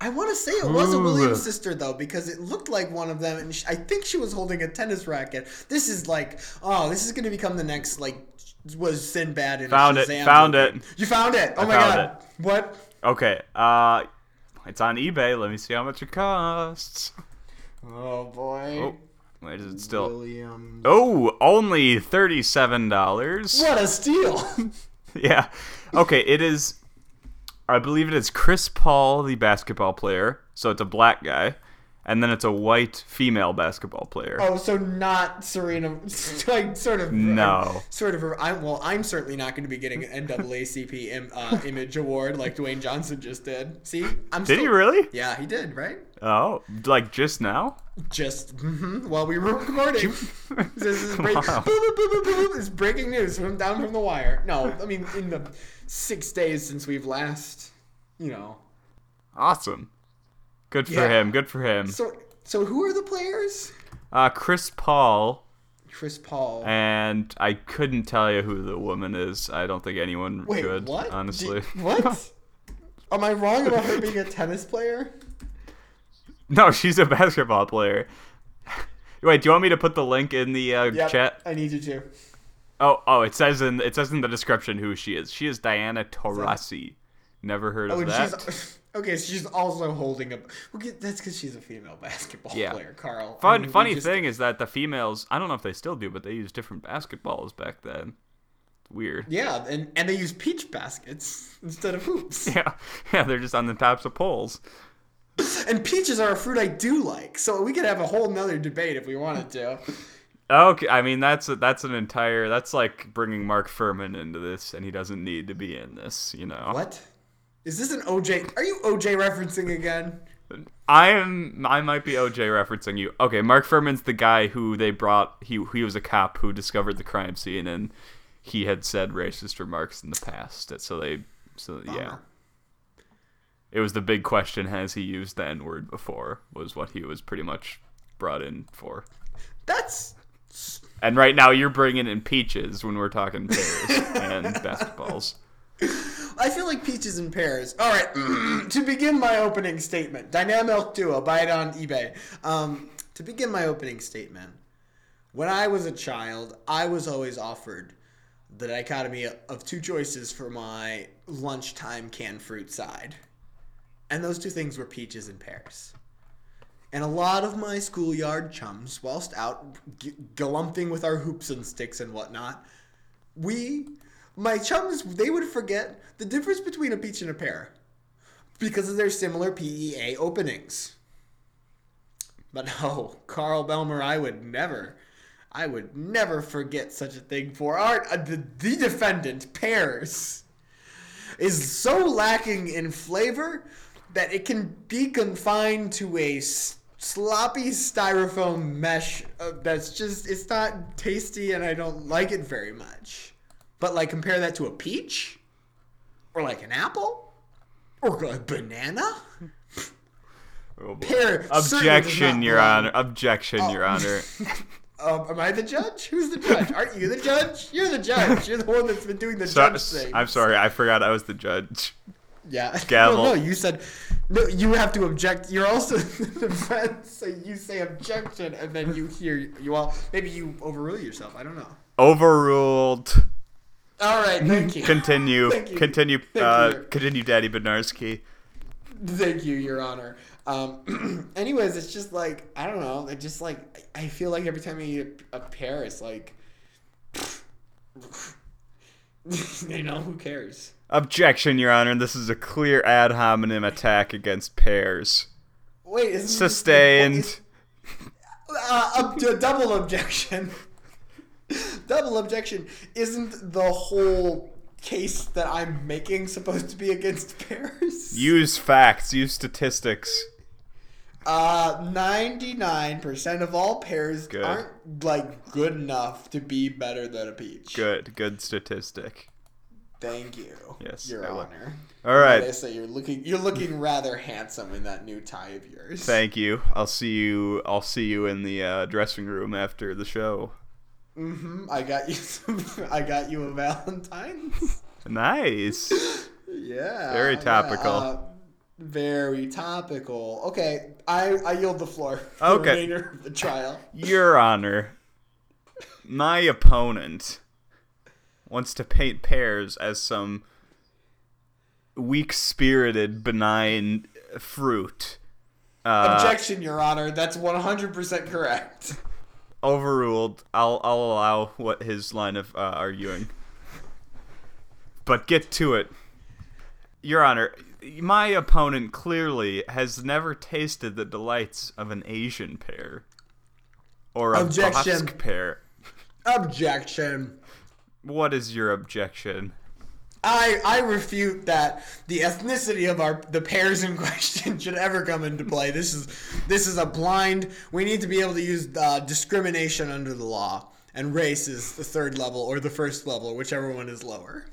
Speaker 3: I want to say it was a
Speaker 2: Ooh.
Speaker 3: Williams sister though, because it looked like one of them, and sh I think she was holding a tennis racket. This is like, oh, this is going to become the next like was Sinbad and
Speaker 2: Found it,
Speaker 3: Shazam
Speaker 2: found
Speaker 3: movie.
Speaker 2: it.
Speaker 3: You found it. Oh my
Speaker 2: found
Speaker 3: god. What?
Speaker 2: Okay, uh, it's on eBay. Let me see how much it costs.
Speaker 3: Oh boy.
Speaker 2: Oh, wait, is it still?
Speaker 3: Williams.
Speaker 2: Oh, only thirty-seven dollars.
Speaker 3: What a steal.
Speaker 2: Yeah. Okay, it is. I believe it is Chris Paul, the basketball player. So it's a black guy, and then it's a white female basketball player.
Speaker 3: oh, so not Serena. Like sort of.
Speaker 2: No.
Speaker 3: Sort of. I well, I'm certainly not going to be getting an NAACP im, uh, image award like Dwayne Johnson just did. See, I'm.
Speaker 2: Did he really?
Speaker 3: Yeah, he did. Right.
Speaker 2: Oh, like just now?
Speaker 3: just mhm, while we were recording. this is break-
Speaker 2: Wow.
Speaker 3: boop, boop, boop, boop, boop, boop. It's breaking news from down from the wire. No, I mean in the six days since we've last, you know.
Speaker 2: Awesome. Good for
Speaker 3: Yeah.
Speaker 2: him. Good for him.
Speaker 3: So so who are the players?
Speaker 2: Uh, Chris Paul,
Speaker 3: Chris Paul.
Speaker 2: and I couldn't tell you who the woman is. I don't think anyone
Speaker 3: Wait,
Speaker 2: could,
Speaker 3: what?
Speaker 2: honestly.
Speaker 3: Did- what? Am I wrong about her being a tennis player?
Speaker 2: no, she's a basketball player. Wait, do you want me to put the link in the uh,
Speaker 3: Yep,
Speaker 2: chat?
Speaker 3: I need you to.
Speaker 2: Oh, oh, it says in it says in the description who she is. She is Diana Taurasi. Never heard of
Speaker 3: Oh, and
Speaker 2: that.
Speaker 3: she's okay. So she's also holding a. Okay, that's because she's a female basketball
Speaker 2: Yeah.
Speaker 3: player, Carl. I
Speaker 2: Fun,
Speaker 3: mean, we
Speaker 2: funny
Speaker 3: just-
Speaker 2: thing is that the females, I don't know if they still do, but they use different basketballs back then. It's weird.
Speaker 3: Yeah, and and they use peach baskets instead of hoops.
Speaker 2: Yeah. Yeah, they're just on the tops of poles.
Speaker 3: and peaches are a fruit I do like, so we could have a whole nother debate if we wanted to.
Speaker 2: Okay, I mean that's a, that's an entire that's like bringing Mark Furman into this and he doesn't need to be in this, you know.
Speaker 3: what? Is this an OJ? Are you OJ referencing again?
Speaker 2: I am I might be OJ referencing you. Okay, Mark Furman's the guy who they brought he he was a cop who discovered the crime scene and he had said racist remarks in the past. and So they so yeah.
Speaker 3: Bummer.
Speaker 2: It was the big question has he used the n-word before was what he was pretty much brought in for.
Speaker 3: That's
Speaker 2: And right now you're bringing in peaches when we're talking pears and basketballs.
Speaker 3: I feel like peaches and pears. All right, to begin my opening statement, Dynamic Duo, buy it on eBay. Um, to begin my opening statement, when I was a child, I was always offered the dichotomy of two choices for my lunchtime canned fruit side. And those two things were peaches and pears. And a lot of my schoolyard chums, whilst out g- galumphing with our hoops and sticks and whatnot, we, my chums, they would forget the difference between a peach and a pear because of their similar PEA openings. But no, Carl Belmer, I would never, I would never forget such a thing for our, uh, the, the defendant, pears, is so lacking in flavor that it can be confined to a s- sloppy styrofoam mesh uh, that's just, it's not tasty and I don't like it very much. But like compare that to a peach, or like an apple, or a banana.
Speaker 2: Oh, boy.
Speaker 3: Pear certainly does
Speaker 2: Objection,
Speaker 3: not Oh.
Speaker 2: Your
Speaker 3: belong.
Speaker 2: Honor. Objection, Your Honor.
Speaker 3: Um, am I the judge? Who's the judge? Aren't you the judge? You're the judge. You're the one that's been doing the
Speaker 2: So-
Speaker 3: judge thing.
Speaker 2: I'm sorry, I forgot I was the judge.
Speaker 3: Yeah.
Speaker 2: Gavel.
Speaker 3: No, no, you said no. You have to object. You're also the defense, so you say objection, and then you hear you all. Maybe you overrule yourself. I don't know.
Speaker 2: Overruled.
Speaker 3: All right. Thank you.
Speaker 2: Continue.
Speaker 3: Thank you.
Speaker 2: Continue.
Speaker 3: Thank
Speaker 2: uh,
Speaker 3: you.
Speaker 2: Continue, Daddy Benarski.
Speaker 3: Thank you, Your Honor. Um, anyways, it's just like I don't know. It just like I I feel like every time I eat a, a pear, it's like, you know, who cares?
Speaker 2: Objection, Your Honor. This is a clear ad hominem attack against pears.
Speaker 3: Wait, isn't this the-
Speaker 2: Sustained.
Speaker 3: uh, ob- d- double objection. double objection. Isn't the whole case that I'm making supposed to be against pears?
Speaker 2: Use facts. Use statistics.
Speaker 3: Uh, ninety-nine percent of all pears
Speaker 2: Good.
Speaker 3: aren't like good enough to be better than a peach.
Speaker 2: Good. Good statistic.
Speaker 3: Thank you.
Speaker 2: Yes,
Speaker 3: Your
Speaker 2: I will.
Speaker 3: Honor.
Speaker 2: All
Speaker 3: They
Speaker 2: right.
Speaker 3: say you're looking you're looking rather handsome in that new tie of yours.
Speaker 2: Thank you. I'll see you. I'll see you in the uh, dressing room after the show.
Speaker 3: hmm I got you some, I got you a Valentine's.
Speaker 2: Nice.
Speaker 3: Yeah.
Speaker 2: Very
Speaker 3: yeah,
Speaker 2: topical.
Speaker 3: very topical. Okay, I, I yield the floor. for
Speaker 2: Okay.
Speaker 3: The remainder of the trial.
Speaker 2: Your Honor, my opponent wants to paint pears as some weak spirited, benign fruit. Uh,
Speaker 3: Objection, Your Honor. That's 100% correct.
Speaker 2: overruled. I'll, I'll allow what his line of uh, arguing. But get to it. Your Honor, my opponent clearly has never tasted the delights of an Asian pear or a
Speaker 3: Objection.
Speaker 2: Basque pear.
Speaker 3: Objection.
Speaker 2: What is your objection?
Speaker 3: I, I refute that the ethnicity of our the pairs in question should ever come into play. This is this is a blind. We need to be able to use uh, discrimination under the law, and race is the third level or the first level, whichever one is lower.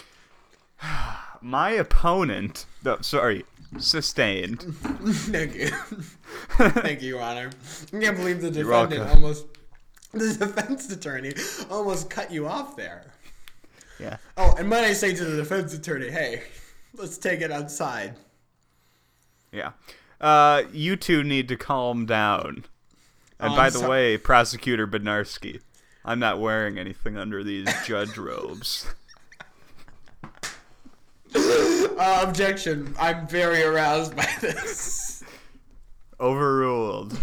Speaker 2: My opponent, no, sorry, sustained.
Speaker 3: Thank you. Thank you, Your Honor. I can't believe the defendant
Speaker 2: welcome.
Speaker 3: almost, the defense attorney almost cut you off there.
Speaker 2: Yeah.
Speaker 3: Oh, and when I say to the defense attorney, hey, let's take it outside.
Speaker 2: Yeah. Uh, you two need to calm down. And
Speaker 3: Um,
Speaker 2: by the
Speaker 3: so-
Speaker 2: way, Prosecutor Benarski, I'm not wearing anything under these judge robes.
Speaker 3: Uh, objection. I'm very aroused by this.
Speaker 2: Overruled.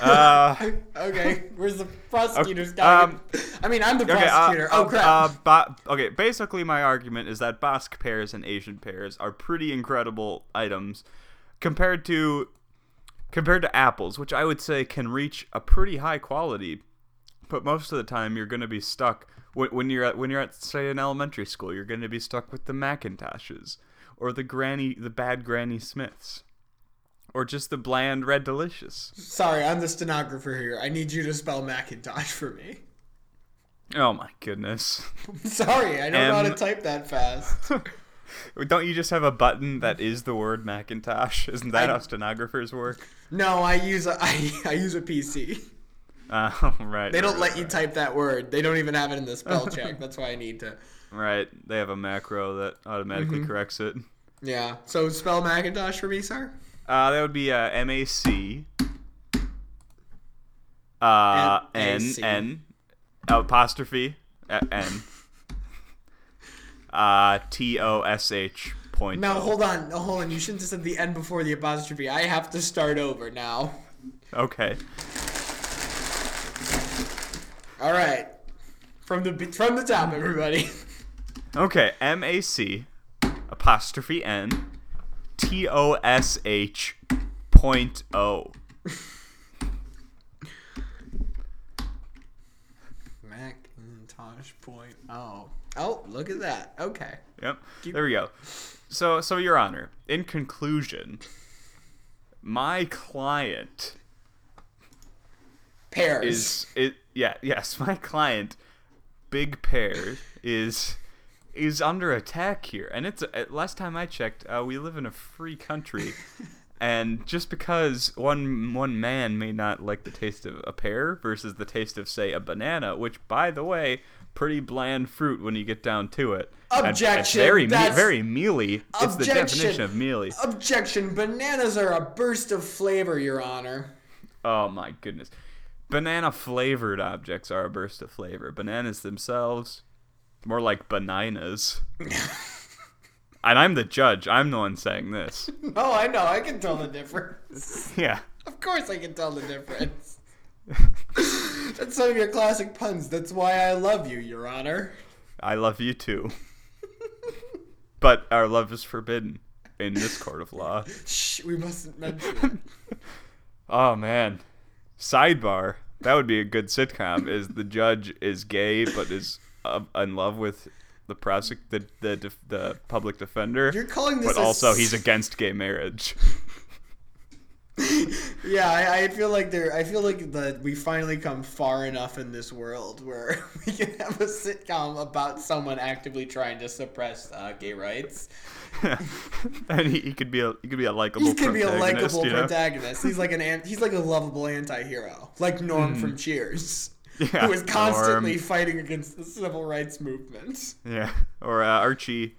Speaker 2: uh,
Speaker 3: okay, where's the prosecutor's
Speaker 2: Okay,
Speaker 3: guy?
Speaker 2: um,
Speaker 3: I mean, I'm the
Speaker 2: okay, uh,
Speaker 3: prosecutor.
Speaker 2: uh,
Speaker 3: oh crap.
Speaker 2: uh, ba- okay, basically, my argument is that Basque pears and Asian pears are pretty incredible items compared to compared to apples, which I would say can reach a pretty high quality. But most of the time, you're going to be stuck when, when you're at when you're at say an elementary school. You're going to be stuck with the Macintoshes or the granny, the bad Granny Smiths, or just the bland Red Delicious.
Speaker 3: Sorry, I'm the stenographer here. I need you to spell Macintosh for me.
Speaker 2: Oh my goodness.
Speaker 3: Sorry, I don't know how to
Speaker 2: M-
Speaker 3: type that fast.
Speaker 2: Don't you just have a button that is the word Macintosh? Isn't that
Speaker 3: I-
Speaker 2: how stenographers work?
Speaker 3: No, I use a I, I use a PC.
Speaker 2: Uh, right.
Speaker 3: They don't
Speaker 2: right,
Speaker 3: let you type that word. They don't even have it in the spell check. That's why I need to.
Speaker 2: Right. They have a macro that automatically
Speaker 3: Mm-hmm.
Speaker 2: corrects it.
Speaker 3: Yeah. So spell Macintosh for me, sir.
Speaker 2: Uh, that would be uh, M A C. Uh, N
Speaker 3: M.A.C..
Speaker 2: N apostrophe uh, N. Uh, T O S H point.
Speaker 3: No,
Speaker 2: O.
Speaker 3: hold on. No, hold on. You shouldn't have said the end before the apostrophe. I have to start over now.
Speaker 2: Okay.
Speaker 3: All right. From the be- from the top, everybody.
Speaker 2: Okay, M A C apostrophe N T O S H point O.
Speaker 3: Macintosh point. Oh. Oh, look at that. Okay.
Speaker 2: Yep. There we go. So so your honor, in conclusion, my client
Speaker 3: Pairs.
Speaker 2: is it yeah, yes, my client Big Pear is is under attack here. And it's uh, last time I checked, uh, we live in a free country. And just because one one man may not like the taste of a pear versus the taste of say a banana, which by the way, pretty bland fruit when you get down to it. And- and
Speaker 3: Objection,
Speaker 2: very me-
Speaker 3: that's-
Speaker 2: very mealy. It's the
Speaker 3: Objection.
Speaker 2: definition of mealy.
Speaker 3: Objection. Bananas are a burst of flavor, Your Honor.
Speaker 2: Oh my goodness. Banana flavored objects are a burst of flavor. Bananas themselves, more like bananas. and I'm the judge. I'm the one saying this.
Speaker 3: Oh, I know. I can tell the difference.
Speaker 2: Yeah.
Speaker 3: of course, I can tell the difference. That's some of your classic puns. That's why I love you, Your Honor.
Speaker 2: I love you too. But our love is forbidden in this court of law.
Speaker 3: Shh, we mustn't mention. it.
Speaker 2: Oh man. Sidebar. That would be a good sitcom. Is the judge is gay but is uh, in love with the prosec the the, def- the public defender.
Speaker 3: You're calling this.
Speaker 2: but
Speaker 3: a
Speaker 2: also
Speaker 3: s-
Speaker 2: he's against gay marriage.
Speaker 3: Yeah, I, I feel like there. I feel like that we finally come far enough in this world where we can have a sitcom about someone actively trying to suppress uh, gay rights.
Speaker 2: and he, he could be a he could be a likable.
Speaker 3: He could be a
Speaker 2: protagonist,
Speaker 3: likable
Speaker 2: you know?
Speaker 3: protagonist. He's like an an- he's like a lovable anti-hero, like Norm from Cheers,
Speaker 2: Hmm. Yeah,
Speaker 3: who is
Speaker 2: Norm.
Speaker 3: constantly fighting against the civil rights movement.
Speaker 2: Yeah, or uh, Archie,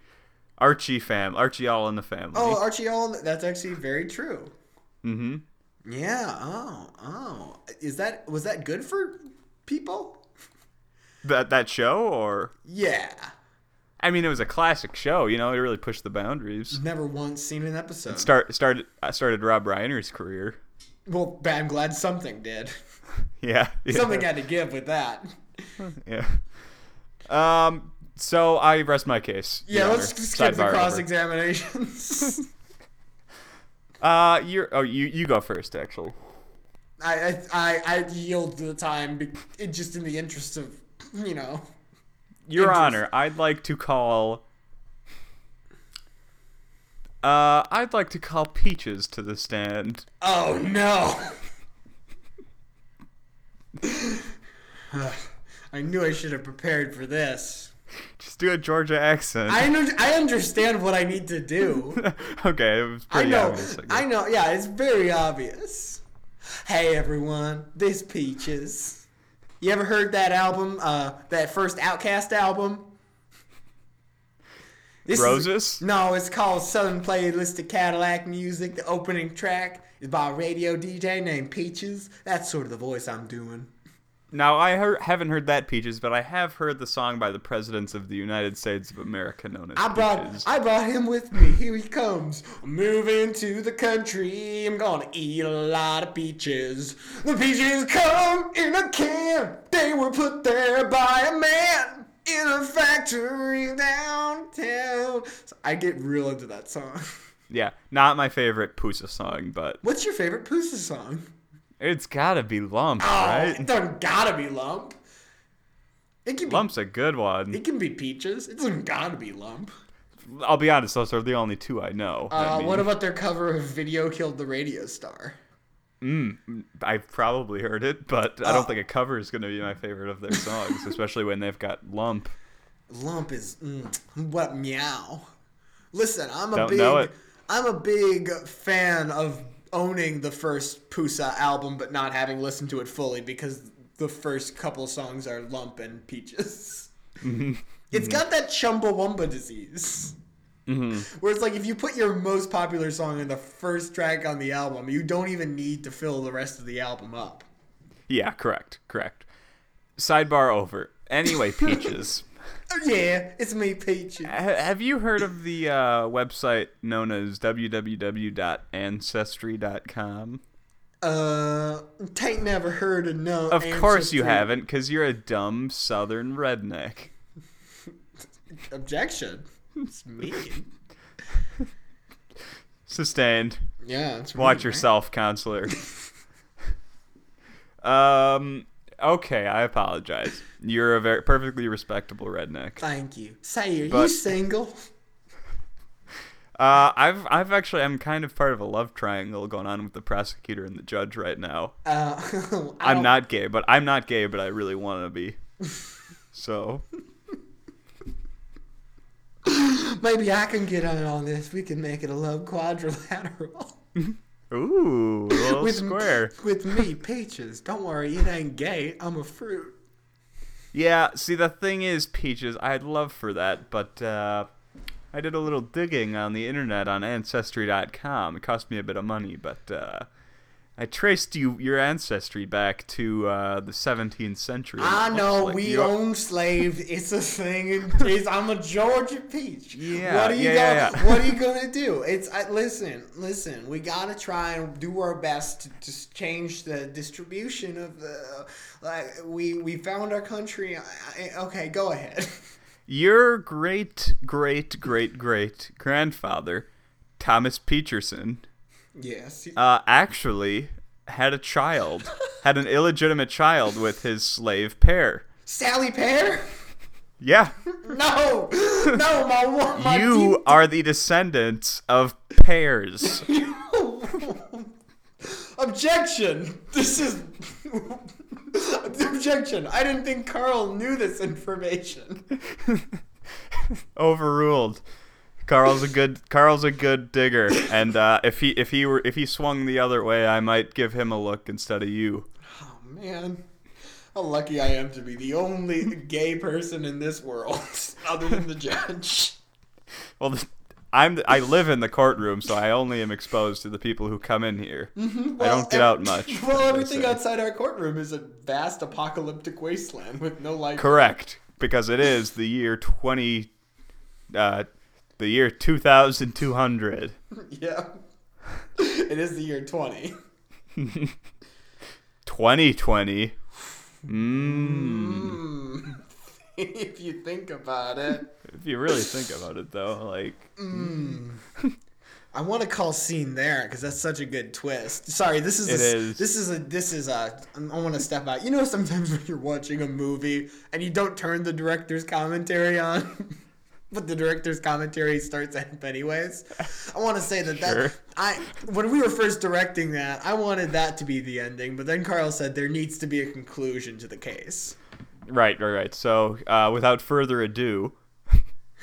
Speaker 2: Archie fam, Archie all in the family.
Speaker 3: Oh, Archie Allen, that's actually very true.
Speaker 2: mm-hmm.
Speaker 3: Yeah. Oh, oh. Is that was that good for people?
Speaker 2: That that show, or
Speaker 3: Yeah.
Speaker 2: I mean, it was a classic show. You know, it really pushed the boundaries.
Speaker 3: Never once seen an episode.
Speaker 2: Start started I started Rob Reiner's career.
Speaker 3: well, but I'm glad something did.
Speaker 2: Yeah, yeah.
Speaker 3: Something had to give with that.
Speaker 2: Yeah. Um. So I rest my case.
Speaker 3: Yeah,
Speaker 2: Your
Speaker 3: let's
Speaker 2: Honor.
Speaker 3: skip
Speaker 2: Sidebar
Speaker 3: the
Speaker 2: over.
Speaker 3: cross examinations.
Speaker 2: Uh, you're. Oh, you you go first, actually.
Speaker 3: I, I, I, I yield to the time, be, it, just in the interest of, you know.
Speaker 2: Your
Speaker 3: Interest-
Speaker 2: Honor, I'd like to call. Uh, I'd like to call Peaches to the stand.
Speaker 3: Oh no! I knew I should have prepared for this.
Speaker 2: Just do a Georgia accent.
Speaker 3: I know, I understand what I need to do.
Speaker 2: okay, it was
Speaker 3: I
Speaker 2: pretty
Speaker 3: know,
Speaker 2: obvious. I guess.
Speaker 3: I know. Yeah, it's very obvious. Hey everyone, this Peaches. You ever heard that album? Uh, that first Outcast album. This is-
Speaker 2: Roses?
Speaker 3: no, it's called Southern Playlist of Cadillac Music. The opening track is by a radio DJ named Peaches. That's sort of the voice I'm doing.
Speaker 2: Now I hear haven't heard that Peaches, but I have heard the song by the presidents of the United States of America known as
Speaker 3: I brought
Speaker 2: Peaches.
Speaker 3: I brought him with me. Here he comes. Moving to the country. I'm gonna eat a lot of peaches. The peaches come in a can. They were put there by a man in a factory downtown. So I get real into that song.
Speaker 2: yeah, not my favorite Pusa song, but
Speaker 3: What's your favorite Poosa song?
Speaker 2: it's gotta be Lump,
Speaker 3: Oh,
Speaker 2: right?
Speaker 3: it doesn't gotta be lump. It can be
Speaker 2: Lump's a good one.
Speaker 3: it can be peaches. It doesn't gotta be lump.
Speaker 2: I'll be honest, those are the only two I know. I
Speaker 3: Uh,
Speaker 2: mean,
Speaker 3: what about their cover of "Video Killed the Radio Star"?
Speaker 2: I've probably heard it, but I
Speaker 3: Oh.
Speaker 2: don't think a cover is gonna be my favorite of their songs, especially when they've got Lump.
Speaker 3: Lump is mm, what meow. Listen, I'm a
Speaker 2: Don't
Speaker 3: big
Speaker 2: know it.
Speaker 3: I'm a big fan of owning the first Pusa album but not having listened to it fully because the first couple songs are Lump and Peaches.
Speaker 2: Mm-hmm.
Speaker 3: It's got that Chumbawamba disease.
Speaker 2: Mm-hmm.
Speaker 3: Where it's like if you put your most popular song in the first track on the album, you don't even need to fill the rest of the album up.
Speaker 2: Yeah, correct, correct. Sidebar over. Anyway, Peaches.
Speaker 3: Oh yeah, it's me, Peaches.
Speaker 2: Ha- Have you heard of the uh, website known as www.ancestry.com?
Speaker 3: Uh, Tate never heard of no.
Speaker 2: Of course you
Speaker 3: ancestry.
Speaker 2: haven't, because you're a dumb southern redneck.
Speaker 3: Objection. It's me.
Speaker 2: Sustained.
Speaker 3: yeah, it's me,
Speaker 2: Watch
Speaker 3: right?
Speaker 2: yourself, counselor. um. Okay, I apologize. You're a very perfectly respectable redneck.
Speaker 3: Thank you. Say, are you
Speaker 2: But-
Speaker 3: single?
Speaker 2: Uh, I've I've actually I'm kind of part of a love triangle going on with the prosecutor and the judge right now.
Speaker 3: Uh, I
Speaker 2: I'm
Speaker 3: don't-
Speaker 2: not gay, but I'm not gay, but I really want to be. So
Speaker 3: Maybe I can get on on this. We can make it a love quadrilateral.
Speaker 2: Ooh, a little square.
Speaker 3: With me, peaches. Don't worry, it ain't gay. I'm a fruit.
Speaker 2: Yeah, see, the thing is, Peaches, I'd love for that, but uh, I did a little digging on the internet on Ancestry.com. It cost me a bit of money, but uh, I traced you your ancestry back to uh, the 17th century. and it
Speaker 3: I
Speaker 2: looks
Speaker 3: know
Speaker 2: like
Speaker 3: Ah, we
Speaker 2: you are-
Speaker 3: own slaves. It's a thing. It is, I'm a Georgia peach.
Speaker 2: Yeah,
Speaker 3: What are you
Speaker 2: yeah, yeah,
Speaker 3: gonna
Speaker 2: yeah.
Speaker 3: What are you gonna do? It's I, listen, listen. We gotta try and do our best to just change the distribution of the. Like we we found our country. I, I, okay, go ahead.
Speaker 2: Your great, great, great, great grandfather, Thomas Peterson,
Speaker 3: yes.
Speaker 2: uh, actually had a child, had an illegitimate child with his slave pair.
Speaker 3: Sally
Speaker 2: Uh,
Speaker 3: Pear?
Speaker 2: Yeah.
Speaker 3: No, no, my wa- my
Speaker 2: You are the descendants of pears.
Speaker 3: Objection! This is. Objection! I didn't think Carl knew this information.
Speaker 2: Overruled. Carl's a good Carl's a good digger, and uh, if he if he were if he swung the other way, I might give him a look instead of you.
Speaker 3: Oh man. How lucky I am to be the only gay person in this world other than the judge.
Speaker 2: Well, I'm I live in the courtroom, so I only am exposed to the people who come in here. I
Speaker 3: Mm-hmm. Well,
Speaker 2: don't get
Speaker 3: ev-
Speaker 2: out much.
Speaker 3: Well,
Speaker 2: as they
Speaker 3: everything
Speaker 2: say.
Speaker 3: outside our courtroom is a vast apocalyptic wasteland with no life.
Speaker 2: Correct, because it is the year twenty, uh, the year two thousand two hundred.
Speaker 3: Yeah. It is the year 20.
Speaker 2: 2020.
Speaker 3: if you think about it.
Speaker 2: If you really think about it, though, like
Speaker 3: I want to call scene there because that's such a good twist. Sorry, this is,
Speaker 2: It
Speaker 3: a,
Speaker 2: is.
Speaker 3: this is a this is a I want to step out. You know, sometimes when you're watching a movie and you don't turn the director's commentary on, but the director's commentary starts up anyways. I want to say that
Speaker 2: Sure.
Speaker 3: that I when we were first directing that, I wanted that to be the ending, but then Carl said there needs to be a conclusion to the case.
Speaker 2: right, right, right. So, uh, without further ado,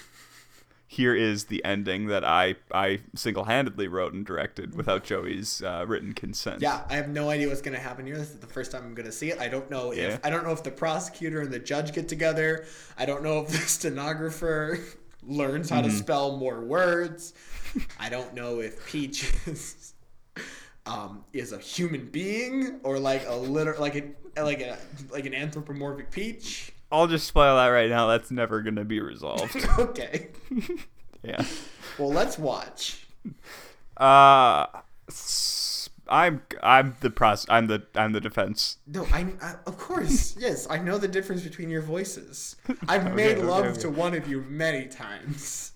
Speaker 2: here is the ending that I I single-handedly wrote and directed without Joey's uh, written consent.
Speaker 3: Yeah, I have no idea what's gonna happen here. This is the first time I'm gonna see it. I don't know
Speaker 2: Yeah.
Speaker 3: if I don't know if the prosecutor and the judge get together. I don't know if the stenographer learns how to
Speaker 2: Mm-hmm.
Speaker 3: spell more words. I don't know if Peach is, um, is a human being or like a liter like a like a like an anthropomorphic peach.
Speaker 2: I'll just spoil that right now. That's never gonna be resolved.
Speaker 3: Okay.
Speaker 2: yeah.
Speaker 3: Well, let's watch.
Speaker 2: Uh, s- I'm I'm the pros. I'm the I'm the defense.
Speaker 3: No, I, I of course, yes, I know the difference between your voices. I've made
Speaker 2: okay,
Speaker 3: love
Speaker 2: okay.
Speaker 3: to one of you many times.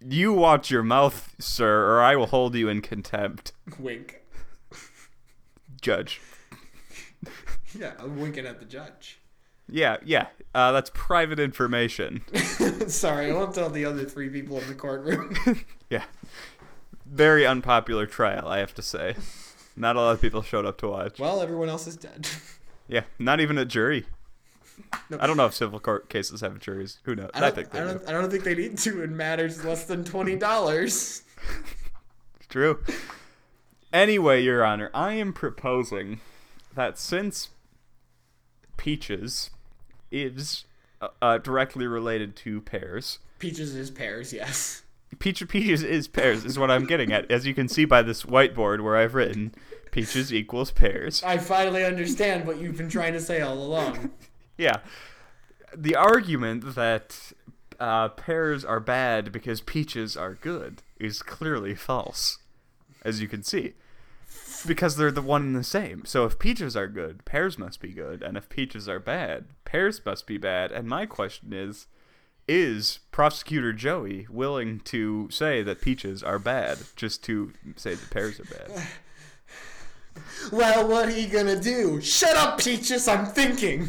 Speaker 2: You watch your mouth, sir, or I will hold you in contempt.
Speaker 3: Wink.
Speaker 2: Judge.
Speaker 3: Yeah, I'm winking at the judge.
Speaker 2: Yeah, yeah. Uh, that's private information.
Speaker 3: Sorry, I won't tell the other three people in the courtroom.
Speaker 2: yeah. Very unpopular trial, I have to say. Not a lot of people showed up to watch.
Speaker 3: well, everyone else is dead.
Speaker 2: Yeah, not even a jury.
Speaker 3: No.
Speaker 2: I don't know if civil court cases have juries. Who knows?
Speaker 3: I
Speaker 2: I,
Speaker 3: don't,
Speaker 2: think they
Speaker 3: I
Speaker 2: do.
Speaker 3: don't, I don't think they need to in matters less than twenty dollars.
Speaker 2: True. Anyway, Your Honor, I am proposing that since peaches is uh, uh, directly related to pears,
Speaker 3: Peaches is pears, yes.
Speaker 2: peach peaches is pears is what I'm getting at. As you can see by this whiteboard where I've written peaches equals pears.
Speaker 3: I finally understand what you've been trying to say all along.
Speaker 2: Yeah. The argument that uh, pears are bad because peaches are good is clearly false, as you can see. Because they're the one and the same. So if peaches are good, pears must be good. And if peaches are bad, pears must be bad. And my question is is prosecutor joey willing to say that peaches are bad just to say that pears are bad
Speaker 3: Well, what are you gonna do? Shut up, Peaches, I'm thinking.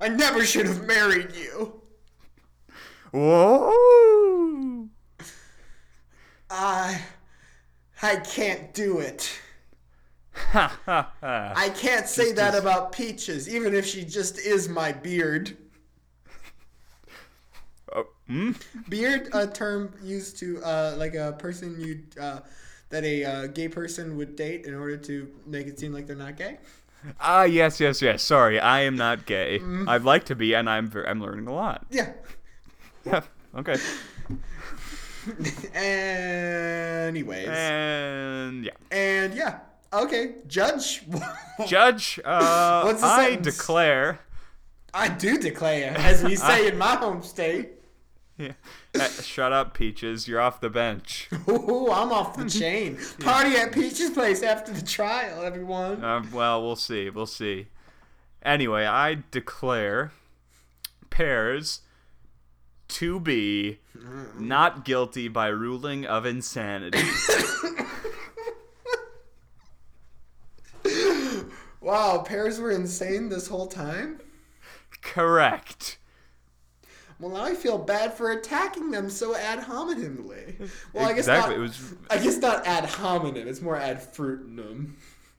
Speaker 3: I never should have married you.
Speaker 2: whoa
Speaker 3: I. I can't do it.
Speaker 2: ha ha ha
Speaker 3: I can't say that about Peaches, even if she just is my beard.
Speaker 2: Oh, hmm?
Speaker 3: Beard, a term used to, uh, like a person you, uh, that a uh, gay person would date in order to make it seem like they're not gay.
Speaker 2: Ah, yes, yes, yes. Sorry, I am not gay.
Speaker 3: Mm.
Speaker 2: I'd like to be, and I'm ver- I'm learning a lot.
Speaker 3: Yeah.
Speaker 2: okay.
Speaker 3: Anyways.
Speaker 2: Eh. And yeah,
Speaker 3: And yeah, okay, Judge.
Speaker 2: Judge. Uh,
Speaker 3: What's the
Speaker 2: I
Speaker 3: sentence?
Speaker 2: declare.
Speaker 3: I do declare, as we say in my home state.
Speaker 2: Yeah. Uh, shut up, Peaches. You're off the bench.
Speaker 3: Ooh, I'm off the chain. Party at Peach's place after the trial, everyone.
Speaker 2: Um, well, we'll see. We'll see. Anyway, I declare pairs to be
Speaker 3: Mm-hmm.
Speaker 2: not guilty by ruling of insanity.
Speaker 3: Wow, pairs were insane this whole time.
Speaker 2: Correct.
Speaker 3: Well, now I feel bad for attacking them so ad hominemly. Well, I guess
Speaker 2: exactly.
Speaker 3: not.
Speaker 2: It was
Speaker 3: I guess not ad hominem. It's more ad fruitinum.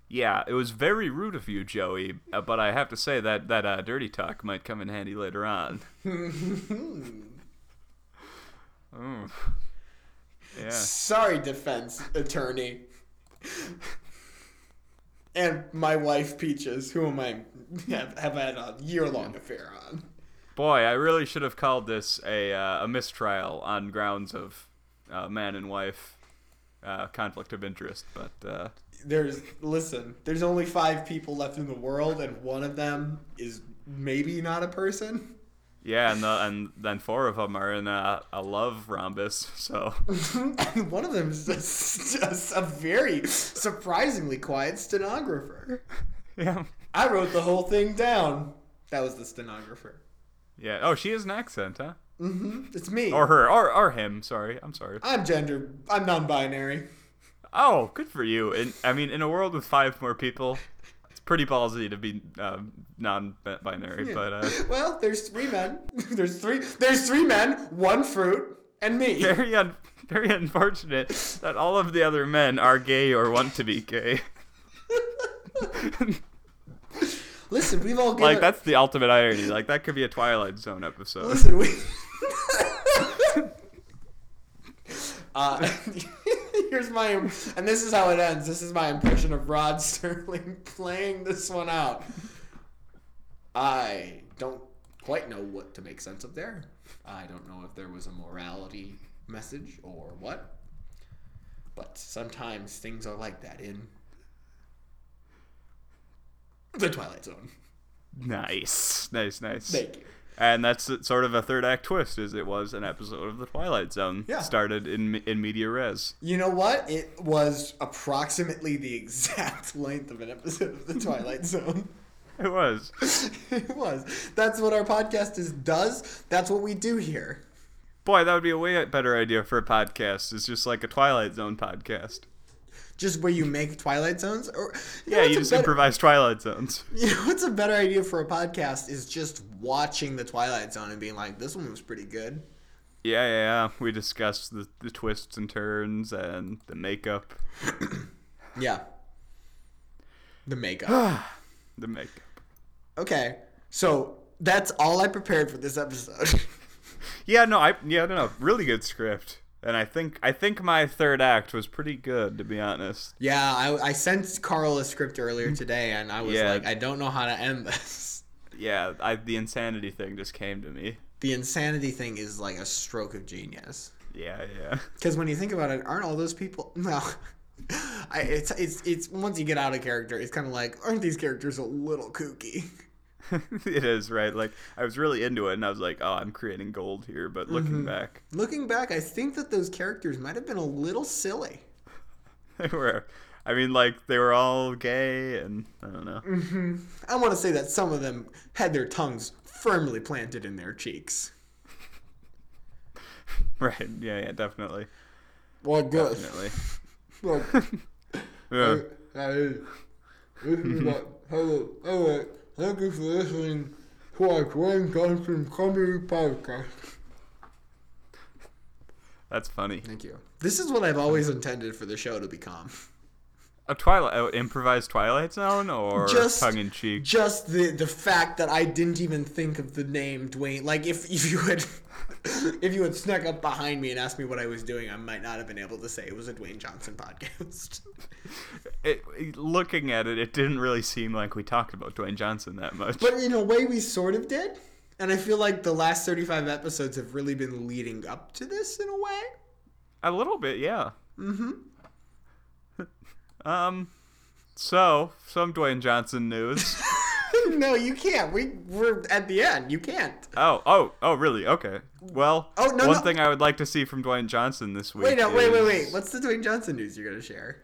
Speaker 2: Yeah, it was very rude of you, Joey. uh, But I have to say that that uh, dirty talk might come in handy later on. Oh. Yeah.
Speaker 3: Sorry, defense attorney. and my wife Peaches, whom I have, have had a year long affair on.
Speaker 2: Boy, I really should have called this a uh, a mistrial on grounds of uh, man and wife uh, conflict of interest. But uh,
Speaker 3: There's listen, there's only five people left in the world, and one of them is maybe not a person.
Speaker 2: yeah, and the, and then four of them are in a, a love rhombus. So
Speaker 3: and one of them is just, just a very surprisingly quiet stenographer.
Speaker 2: yeah,
Speaker 3: I wrote the whole thing down. That was the stenographer.
Speaker 2: yeah. Oh, she has an accent, huh?
Speaker 3: hmm It's me.
Speaker 2: Or her, or or him. Sorry, I'm sorry.
Speaker 3: I'm gender. I'm non-binary.
Speaker 2: Oh, good for you! And I mean, in a world with five more people, it's pretty ballsy to be um non-binary. But uh,
Speaker 3: Well, there's three men. There's three. There's three men. One fruit and me.
Speaker 2: very un- very unfortunate that all of the other men are gay or want to be gay.
Speaker 3: Listen, we've all given.
Speaker 2: like that's the ultimate irony. Like that could be a Twilight Zone episode.
Speaker 3: Listen, we. uh, here's my, and this is how it ends. This is my impression of Rod Sterling playing this one out. I don't quite know what to make sense of there. I don't know if there was a morality message or what. But sometimes things are like that in the Twilight Zone.
Speaker 2: Nice, nice, nice.
Speaker 3: Thank you.
Speaker 2: And that's it- sort of a third act twist, as it was an episode of The Twilight Zone.
Speaker 3: Yeah.
Speaker 2: Started in me- in media res.
Speaker 3: You know what? It was approximately the exact length of an episode of The Twilight Zone.
Speaker 2: It was.
Speaker 3: it was. That's what our podcast is does. That's what we do here.
Speaker 2: Boy, that would be a way better idea for a podcast. It's just like a Twilight Zone podcast.
Speaker 3: Just where you make Twilight Zones, or
Speaker 2: Yeah,
Speaker 3: know what's
Speaker 2: you
Speaker 3: a
Speaker 2: just
Speaker 3: better-
Speaker 2: improvise Twilight Zones.
Speaker 3: You know what's a better idea for a podcast is just watching the Twilight Zone and being like, "This one was pretty good."
Speaker 2: Yeah, yeah, yeah. We discussed the, the twists and turns and the makeup.
Speaker 3: Yeah. The makeup.
Speaker 2: The makeup.
Speaker 3: okay, so that's all I prepared for this episode.
Speaker 2: Yeah, no, I yeah, I don't know. Really good script. And I think I think my third act was pretty good, to be honest.
Speaker 3: yeah, I, I sent Carl a script earlier today, and I was
Speaker 2: Yeah.
Speaker 3: like, "I don't know how to end this."
Speaker 2: Yeah, I, the insanity thing just came to me.
Speaker 3: The insanity thing is like a stroke of genius.
Speaker 2: Yeah, yeah.
Speaker 3: Because when you think about it, aren't all those people? No, I, it's it's it's once you get out of character, it's kind of like aren't these characters a little kooky?
Speaker 2: it is right. Like I was really into it, and I was like, "Oh, I'm creating gold here." But
Speaker 3: Mm-hmm.
Speaker 2: looking back,
Speaker 3: Looking back, I think that those characters might have been a little silly.
Speaker 2: they were. I mean, like they were all gay, and I don't know.
Speaker 3: Mm. I want to say that some of them had their tongues firmly planted in their cheeks.
Speaker 2: Right? Yeah, yeah, definitely,
Speaker 3: Well, good.
Speaker 2: definitely.
Speaker 3: Well,
Speaker 2: Yeah.
Speaker 3: hey, this is my- hello, hello. Thank you for listening to our Dwayne Johnson Comedy Podcast.
Speaker 2: That's funny.
Speaker 3: Thank you. This is what I've always intended for the show to become.
Speaker 2: A Twilight, oh, improvised Twilight Zone, or
Speaker 3: Just-
Speaker 2: tongue in cheek.
Speaker 3: Just the the fact that I didn't even think of the name Dwayne. Like if, if you had if you had snuck up behind me and asked me what I was doing, I might not have been able to say it was a Dwayne Johnson podcast.
Speaker 2: It, it- looking at it, it didn't really seem like we talked about Dwayne Johnson that much.
Speaker 3: but in a way we sort of did. And I feel like the last 35 episodes have really been leading up to this in a way.
Speaker 2: A little bit, yeah. Mm-hmm. um, so some Dwayne Johnson news.
Speaker 3: no, you can't. We we're at the end. You can't.
Speaker 2: oh, oh, oh, really? Okay. Well,
Speaker 3: Oh,
Speaker 2: one
Speaker 3: no, no.
Speaker 2: thing I would like to see from Dwayne Johnson this week.
Speaker 3: Wait, no, wait, wait, wait.
Speaker 2: is
Speaker 3: What's the Dwayne Johnson news you're going to share?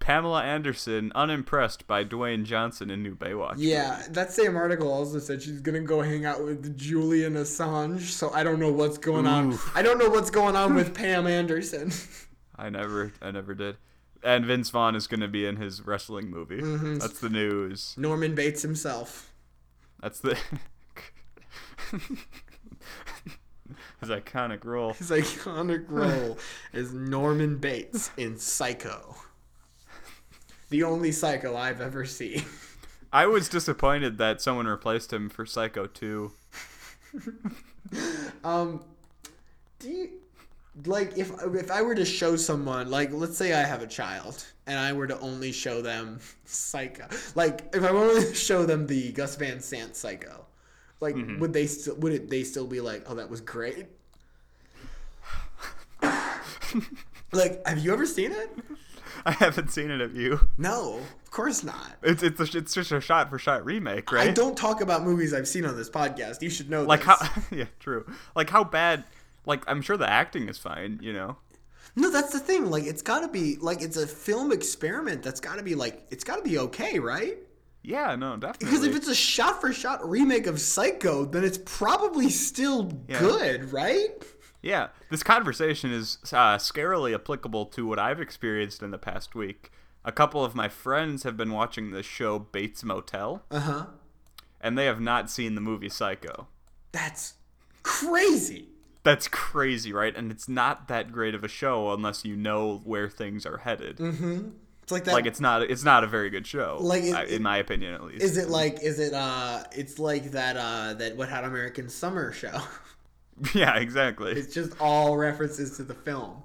Speaker 2: Pamela Anderson unimpressed by Dwayne Johnson in New Baywatch.
Speaker 3: Yeah, that same article also said she's gonna go hang out with Julian Assange. So I don't know what's going on.
Speaker 2: Oof.
Speaker 3: I don't know what's going on with Pam Anderson.
Speaker 2: I never, I never did. And Vince Vaughn is going to be in his wrestling movie.
Speaker 3: Mm-hmm.
Speaker 2: That's the news.
Speaker 3: Norman Bates himself.
Speaker 2: That's the. his iconic role.
Speaker 3: His iconic role is Norman Bates in Psycho. The only Psycho I've ever seen.
Speaker 2: I was disappointed that someone replaced him for Psycho 2.
Speaker 3: Um, do you like if if I were to show someone like let's say I have a child and I were to only show them Psycho, like if I were only to show them the Gus Van Sant Psycho, like
Speaker 2: Mm-hmm.
Speaker 3: would they still would it they still be like oh that was great? like have you ever seen it?
Speaker 2: I haven't seen it of you.
Speaker 3: No, of course not.
Speaker 2: It's it's a, it's just a shot for shot remake, right?
Speaker 3: I don't talk about movies I've seen on this podcast. You should know.
Speaker 2: like
Speaker 3: this.
Speaker 2: how yeah, true. Like how bad like I'm sure the acting is fine, you know.
Speaker 3: No, that's the thing. Like, it's got to be like it's a film experiment. That's got to be like it's got to be okay, right?
Speaker 2: Yeah, no, definitely.
Speaker 3: Because if it's a shot-for-shot remake of Psycho, then it's probably still
Speaker 2: Yeah.
Speaker 3: good, right?
Speaker 2: yeah, this conversation is uh, scarily applicable to what I've experienced in the past week. A couple of my friends have been watching the show Bates Motel,
Speaker 3: Uh huh.
Speaker 2: and they have not seen the movie Psycho.
Speaker 3: That's crazy.
Speaker 2: That's crazy, right? And it's not that great of a show unless you know where things are headed.
Speaker 3: It's like that.
Speaker 2: Like it's not it's not a very good show,
Speaker 3: Mm-hmm. Like, it-
Speaker 2: I- in my opinion, at least.
Speaker 3: is it like is it uh? It's like that uh that what had American Summer show.
Speaker 2: yeah, exactly.
Speaker 3: It's just all references to the film.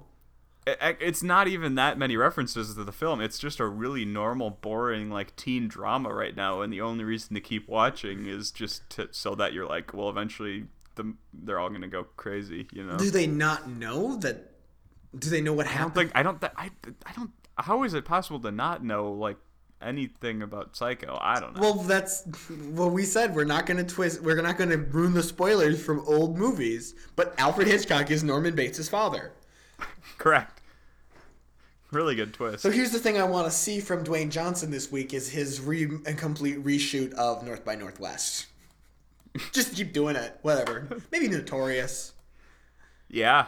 Speaker 2: I- e, it's not even that many references to the film. It's just a really normal, boring, like teen drama right now, and the only reason to keep watching is just to, so that you're like, well, eventually the, they're all gonna go crazy, you know.
Speaker 3: Do they not know that? Do they know what
Speaker 2: I don't
Speaker 3: happened?
Speaker 2: think I don't th- I I don't. How is it possible to not know like anything about Psycho? I don't know.
Speaker 3: well, that's what we said. We're not going to twist. We're not going to ruin the spoilers from old movies. But Alfred Hitchcock is Norman Bates' father.
Speaker 2: Correct. Really good twist.
Speaker 3: So here's the thing I want to see from Dwayne Johnson this week is his re- and complete reshoot of North by Northwest. Just keep doing it, whatever. Maybe Notorious.
Speaker 2: Yeah.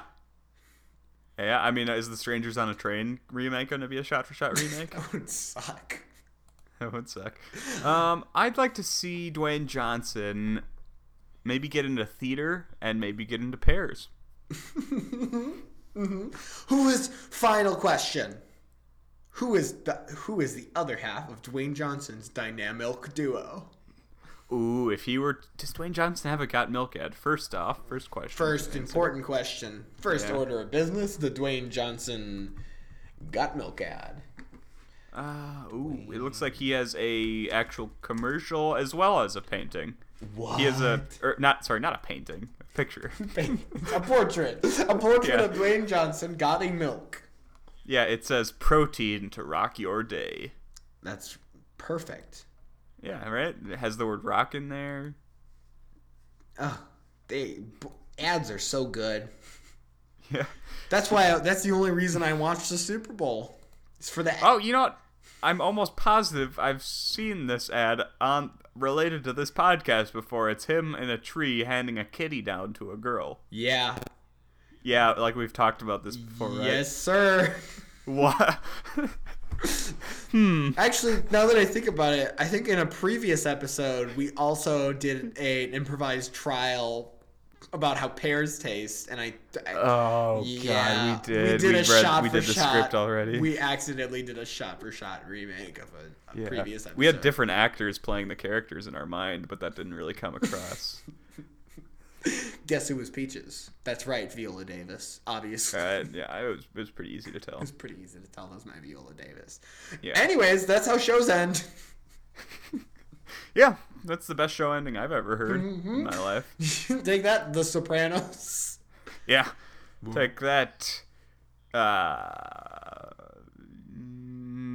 Speaker 2: Yeah, I mean, is the Strangers on a Train remake going to be a shot for shot remake?
Speaker 3: That would suck.
Speaker 2: that would suck. Um, I'd like to see Dwayne Johnson maybe get into theater and maybe get into pairs.
Speaker 3: Who is final question? Who is the who is the other half of Dwayne Johnson's dynamic duo?
Speaker 2: Ooh, if he were. Does Dwayne Johnson have a Got Milk ad? First off, first question.
Speaker 3: First important question. First
Speaker 2: Yeah.
Speaker 3: order of business, the Dwayne Johnson got milk ad.
Speaker 2: Uh, ooh, it looks like he has a actual commercial as well as a painting.
Speaker 3: What?
Speaker 2: He has a. Or not, sorry, not a painting, a picture.
Speaker 3: a portrait. A portrait
Speaker 2: Yeah.
Speaker 3: of Dwayne Johnson gotting milk.
Speaker 2: yeah, it says protein to rock your day.
Speaker 3: That's perfect.
Speaker 2: Yeah, right. It has the word rock in there.
Speaker 3: Oh, they b- ads are so good.
Speaker 2: Yeah.
Speaker 3: That's why. I, that's the only reason I watched the Super Bowl. It's for the
Speaker 2: Oh, you know what? I'm almost positive I've seen this ad on related to this podcast before. It's him in a tree handing a kitty down to a girl.
Speaker 3: yeah.
Speaker 2: Yeah, like we've talked about this before, right?
Speaker 3: Yes, sir.
Speaker 2: What?
Speaker 3: Oh, Actually, now that I think about it, I think in a previous episode we also did a, an improvised trial about how pears taste, and I. I
Speaker 2: oh
Speaker 3: yeah,
Speaker 2: god, we did.
Speaker 3: We did
Speaker 2: We've
Speaker 3: a
Speaker 2: read-
Speaker 3: shot
Speaker 2: we
Speaker 3: for
Speaker 2: did the
Speaker 3: shot.
Speaker 2: script already.
Speaker 3: We accidentally did a shot for shot remake of a, a
Speaker 2: Yeah.
Speaker 3: previous episode.
Speaker 2: We had different actors playing the characters in our mind, but that didn't really come across.
Speaker 3: Guess who was Peaches? That's right, Viola Davis, obviously.
Speaker 2: uh, yeah, it was, it was pretty easy to tell.
Speaker 3: It's pretty easy to tell those my Viola Davis.
Speaker 2: Yeah.
Speaker 3: Anyways, that's how shows end.
Speaker 2: Yeah, that's the best show ending I've ever heard
Speaker 3: Mm-hmm.
Speaker 2: in my life.
Speaker 3: Take that, The Sopranos.
Speaker 2: Yeah. Take that. Uh,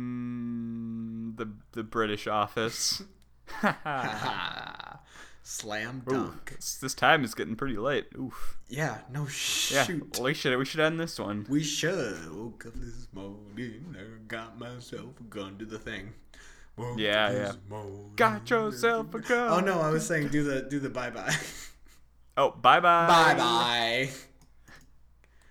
Speaker 2: mm, the the British office.
Speaker 3: Ah, slam
Speaker 2: Ooh,
Speaker 3: dunk.
Speaker 2: it's- this time is getting pretty late. Oof.
Speaker 3: Yeah, no
Speaker 2: Yeah.
Speaker 3: shoot. Mm-hmm.
Speaker 2: We should we should end this one.
Speaker 3: We should. Woke up this morning, I got myself a gun. Do the thing. Woke
Speaker 2: Yeah,
Speaker 3: up
Speaker 2: yeah.
Speaker 3: this morning.
Speaker 2: Got yourself a gun.
Speaker 3: Oh no, I was saying do the do the bye bye.
Speaker 2: Oh, bye bye.
Speaker 3: Bye bye.